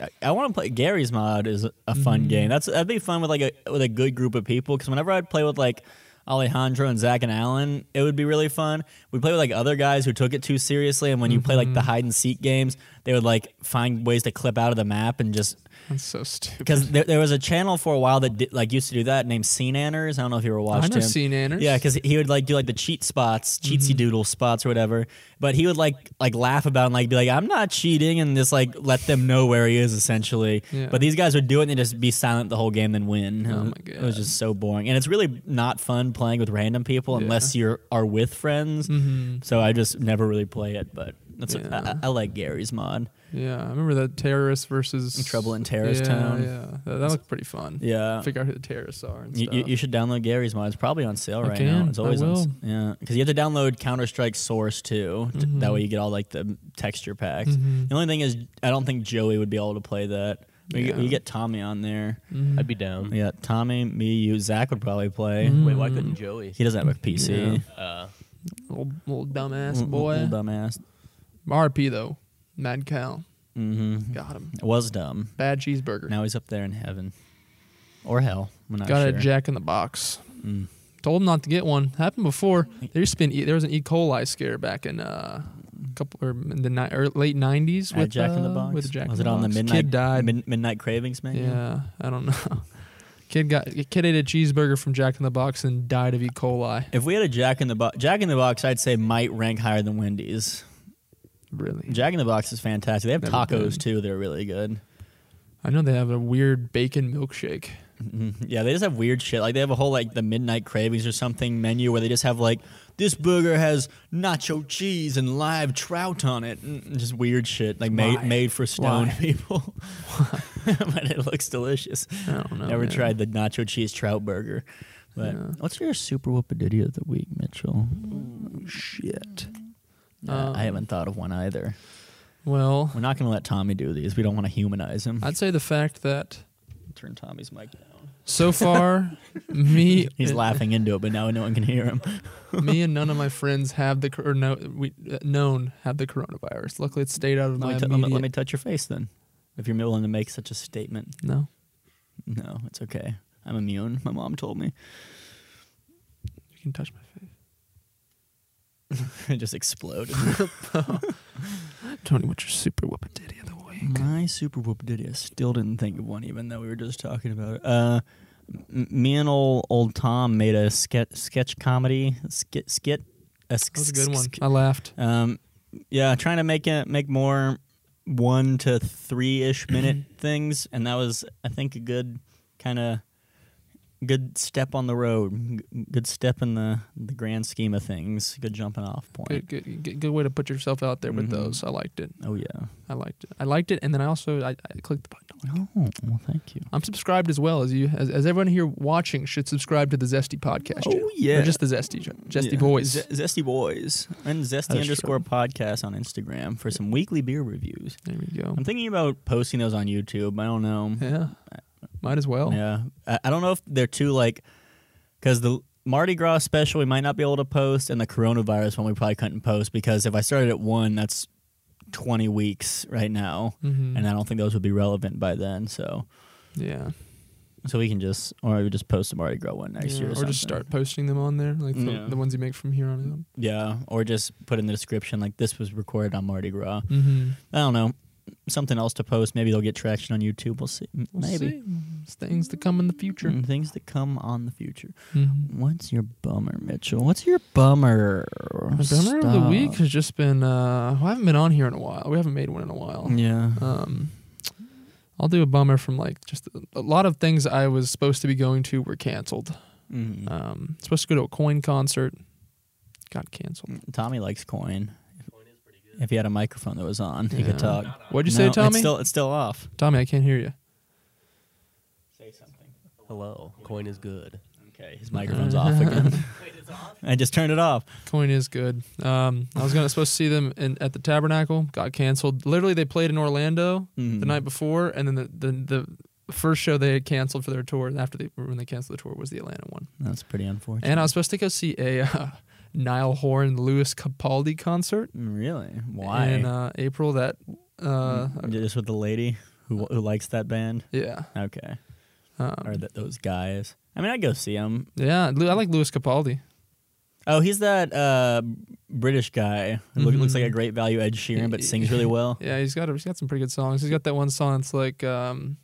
S1: I, I want to play Gary's mod is a
S2: Mm-hmm.
S1: fun game. That's that'd be fun with like a with a good group of people. Because whenever I'd play with like Alejandro and Zach and Alan, it would be really fun. We play with like other guys who took it too seriously, and when you play like
S2: Mm-hmm.
S1: the hide and seek games, they would like find ways to clip out of the map and just
S2: that's so stupid.
S1: because there, there was a channel for a while that did, like used to do that named Scene Anners. I don't know if you ever watched
S2: I know
S1: him.
S2: Scene Anners.
S1: Yeah, because he would like do like the cheat spots,
S2: Mm-hmm.
S1: cheatsy doodle spots or whatever. But he would like like laugh about it and like be like, "I'm not cheating," and just like let them know where he is essentially.
S2: Yeah.
S1: But these guys would do it and they'd just be silent the whole game, then win.
S2: Oh my
S1: It was just so boring, and it's really not fun playing with random people
S2: Yeah. Mm-hmm.
S1: unless you're are with friends. So I just never really play it, but. That's
S2: Yeah.
S1: I, I like Gary's mod.
S2: yeah, I remember that terrorist versus
S1: Trouble in Terrorist
S2: yeah,
S1: Town.
S2: Yeah, that, that looked pretty fun.
S1: Yeah,
S2: figure out who the terrorists are. And
S1: You,
S2: stuff.
S1: you, you should download Gary's mod. It's probably on sale
S2: I
S1: right now.
S2: can.
S1: It's
S2: I
S1: always on. s-
S2: will.
S1: Yeah, because you have to download Counter Strike Source too. T-
S2: Mm-hmm.
S1: That way you get all like the texture packs. The only thing is, I don't think Joey would be able to play that. We,
S2: Yeah. Mm.
S1: you get Tommy on there.
S2: Mm-hmm.
S3: I'd be down.
S1: Yeah, Tommy, me, you, Zach would probably play.
S2: Mm-hmm.
S3: Wait, why couldn't Joey?
S2: Mm.
S1: He doesn't have a PC.
S3: Uh,
S2: little, little dumbass
S1: Mm,
S2: boy.
S1: little dumbass.
S2: RP though, Mad Cow
S1: hmm
S2: got him.
S1: Was dumb.
S2: Bad cheeseburger.
S1: Now he's up there in heaven, or hell. We're not
S2: got
S1: sure.
S2: a Jack in the Box.
S1: Mm.
S2: Told him not to get one. Happened before. There used to be an e, there was an E. coli scare back in uh, a couple or in the ni- or late nineties
S1: At
S2: with
S1: Jack in the
S2: uh,
S1: Box.
S2: With Jack
S1: was
S2: in
S1: it on the
S2: Box.
S1: midnight
S2: Kid died.
S1: mid- midnight cravings menu?
S2: Yeah, I don't know. Kid got kid ate a cheeseburger from Jack in the Box and died of E. coli.
S1: If we had a Jack in the Box, Jack in the Box, I'd say might rank higher than Wendy's.
S2: Really?
S1: Jack in the Box is fantastic. They have
S2: Never
S1: tacos
S2: been.
S1: too. They're really good.
S2: I know they have a weird bacon milkshake.
S1: Mhm. Yeah, they just have weird shit. Like they have a whole like the midnight cravings or something menu where they just have like this burger has nacho cheese and live trout on it. Mm, Just weird shit like made
S2: Why?
S1: made for stoned
S2: Why?
S1: people. but it looks delicious.
S2: I don't know.
S1: Never
S2: man.
S1: tried the nacho cheese trout burger. But
S2: Yeah.
S1: what's your super whoopidity of the week, Mitchell? shit.
S2: Um,
S1: I haven't thought of one either.
S2: Well,
S1: We're not going to let Tommy do these. We don't want to humanize him.
S2: I'd say the fact that
S1: Turn Tommy's mic down.
S2: so far, me eh,
S1: He's laughing into it, but now no one can hear him.
S2: me and none of my friends have the cor- or no we uh, known have the coronavirus. Luckily, it stayed out of
S1: Let
S2: my
S1: me, t- let, me,
S2: immediate.
S1: let me touch your face then. If you're willing to make such a statement.
S2: no,
S1: No, it's okay. I'm immune. My mom told me.
S2: you can touch my face.
S1: it just exploded.
S2: Tony, what's your super whooping ditty of the week?
S1: My super whoop diddy. I still didn't think of one, even though we were just talking about it. Uh, m- me and old old Tom made a sketch sketch comedy skit skit
S2: That was a good one. I laughed.
S1: Um, yeah, trying to make it make more one to three ish minute things, and that was I think a good kind of good step on the road, g- good step in the the grand scheme of things, good jumping off point.
S2: Good, good, good, good way to put yourself out there with
S1: Mhm.
S2: those. I liked it.
S1: Oh yeah.
S2: I liked it. I liked it, and then I also I, I clicked the button.
S1: Oh well, thank you.
S2: I'm subscribed as well as you, as, as everyone here watching should subscribe to the Zesty podcast.
S1: Oh,
S2: channel.
S1: yeah.
S2: or just the Zesty, channel. Zesty
S1: Yeah.
S2: Boys.
S1: Z- Zesty Oh, Boys, and Zesty
S2: That's
S1: underscore podcast on Instagram for some weekly beer reviews.
S2: there we go.
S1: I'm thinking about posting those on YouTube. I don't know.
S2: Yeah, might as well.
S1: Yeah, I, I don't know if they're too like because the Mardi Gras special we might not be able to post, and the coronavirus one we probably couldn't post because if I started at one, that's twenty weeks right now,
S2: Mhm.
S1: and I don't think those would be relevant by then. So,
S2: yeah.
S1: so we can just or we just post the Mardi Gras one next
S2: Yeah,
S1: year, or,
S2: or just
S1: something.
S2: start posting them on there, like the,
S1: Yeah.
S2: the ones you make from here on
S1: Yeah, or just put in the description like this was recorded on Mardi Gras.
S2: out. Mm-hmm.
S1: I don't know. Something else to post. Maybe they'll get traction on YouTube. We'll see. M-
S2: We'll
S1: Maybe.
S2: see. It's things to come in the future.
S1: Mm, Things that come on the future.
S2: Mhm.
S1: What's your bummer, Mitchell? What's your bummer?
S2: The Bummer of the week has just been. Uh, well, I haven't been on here in a while. We haven't made one in a while.
S1: Yeah.
S2: Um, I'll do a bummer from like just a lot of things I was supposed to be going to were canceled.
S1: Mhm.
S2: Um, supposed to go to a coin concert, got canceled.
S1: Tommy likes coin. If he had a microphone that was on, he
S2: Yeah.
S1: could talk.
S2: What'd you
S1: No,
S2: say, Tommy?
S1: It's still, it's still off.
S2: Tommy, I can't hear you.
S1: Say something.
S3: Hello, coin is good.
S1: Okay, his microphone's off again. I just turned it off.
S2: Coin is good. Um, I was gonna supposed to see them in, at the Tabernacle, got canceled. Literally, they played in Orlando
S1: Mhm.
S2: the night before, and then the, the the first show they had canceled for their tour. And after they when they canceled the tour was the Atlanta one.
S1: That's pretty unfortunate.
S2: And I was supposed to go see a uh, Nile Horn Lewis Capaldi concert.
S1: Mm, really? Why? Mm.
S2: in uh, April that uh,
S1: just with the lady who, who likes that band.
S2: yeah
S1: Okay. or
S2: um,
S1: that those guys. I mean, I'd go see him.
S2: yeah Lu- I like Louis Capaldi
S1: Oh, he's that uh, British guy. who look- Looks like a
S2: Mhm.
S1: great value Ed Sheeran, but sings really well.
S2: yeah he's got a, he's got some pretty good songs he's got that one song it's like um,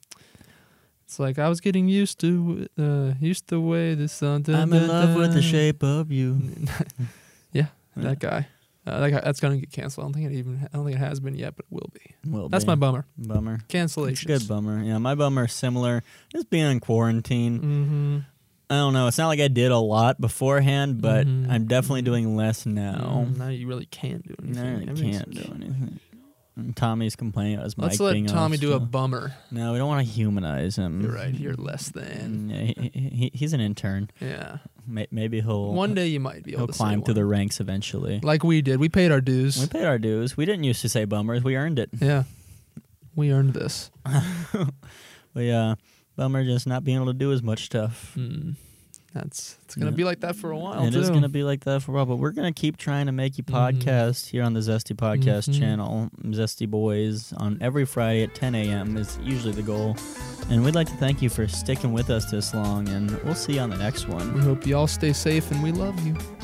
S2: it's like I was getting used to uh, used to the way the sun
S1: I'm in love with the
S2: da-da-da."
S1: shape of
S2: Mm-hmm.
S1: you.
S2: yeah that guy uh, that guy that's gonna get canceled I don't think it even I don't think it has been yet but it will be
S1: Will
S2: that's
S1: be.
S2: my bummer
S1: bummer. It's a
S2: cancellation
S1: good bummer. Yeah, my bummer is similar. Just being in quarantine.
S2: mm-hmm.
S1: I don't know. It's not like I did a lot beforehand, but
S2: Mhm.
S1: I'm definitely doing less now.
S2: Mm, now you really can't do
S1: No,
S2: anything
S1: I really
S2: Everything's-
S1: can't do anything. And Tommy's complaining about his
S2: let's
S1: mic
S2: let
S1: being off Mm-hmm.
S2: Tommy do a
S1: still.
S2: bummer
S1: No, we don't want to humanize him.
S2: you're right you're less than
S1: Mm, yeah, he- he, he, he's an intern.
S2: yeah
S1: May, maybe he'll
S2: One day you might be able
S1: he'll
S2: to say
S1: climb through the
S2: one.
S1: ranks eventually.
S2: like we did. We paid our dues.
S1: We paid our dues. We didn't used to say bummers. We earned it.
S2: yeah, we earned this.
S1: But yeah, uh, bummer just not being able to do as much stuff.
S2: Hmm. That's it's gonna
S1: Yeah.
S2: be like that for a while.
S1: It
S2: too.
S1: is going to be like that for a while, but we're going to keep trying to make you
S2: Mhm.
S1: podcasts here on the Zesty Podcast
S2: Mhm.
S1: channel, Zesty Boys, on every Friday at 10 a.m. is usually the goal. And we'd like to thank you for sticking with us this long, and we'll see you on the next one.
S2: We hope you all stay safe, and we love you.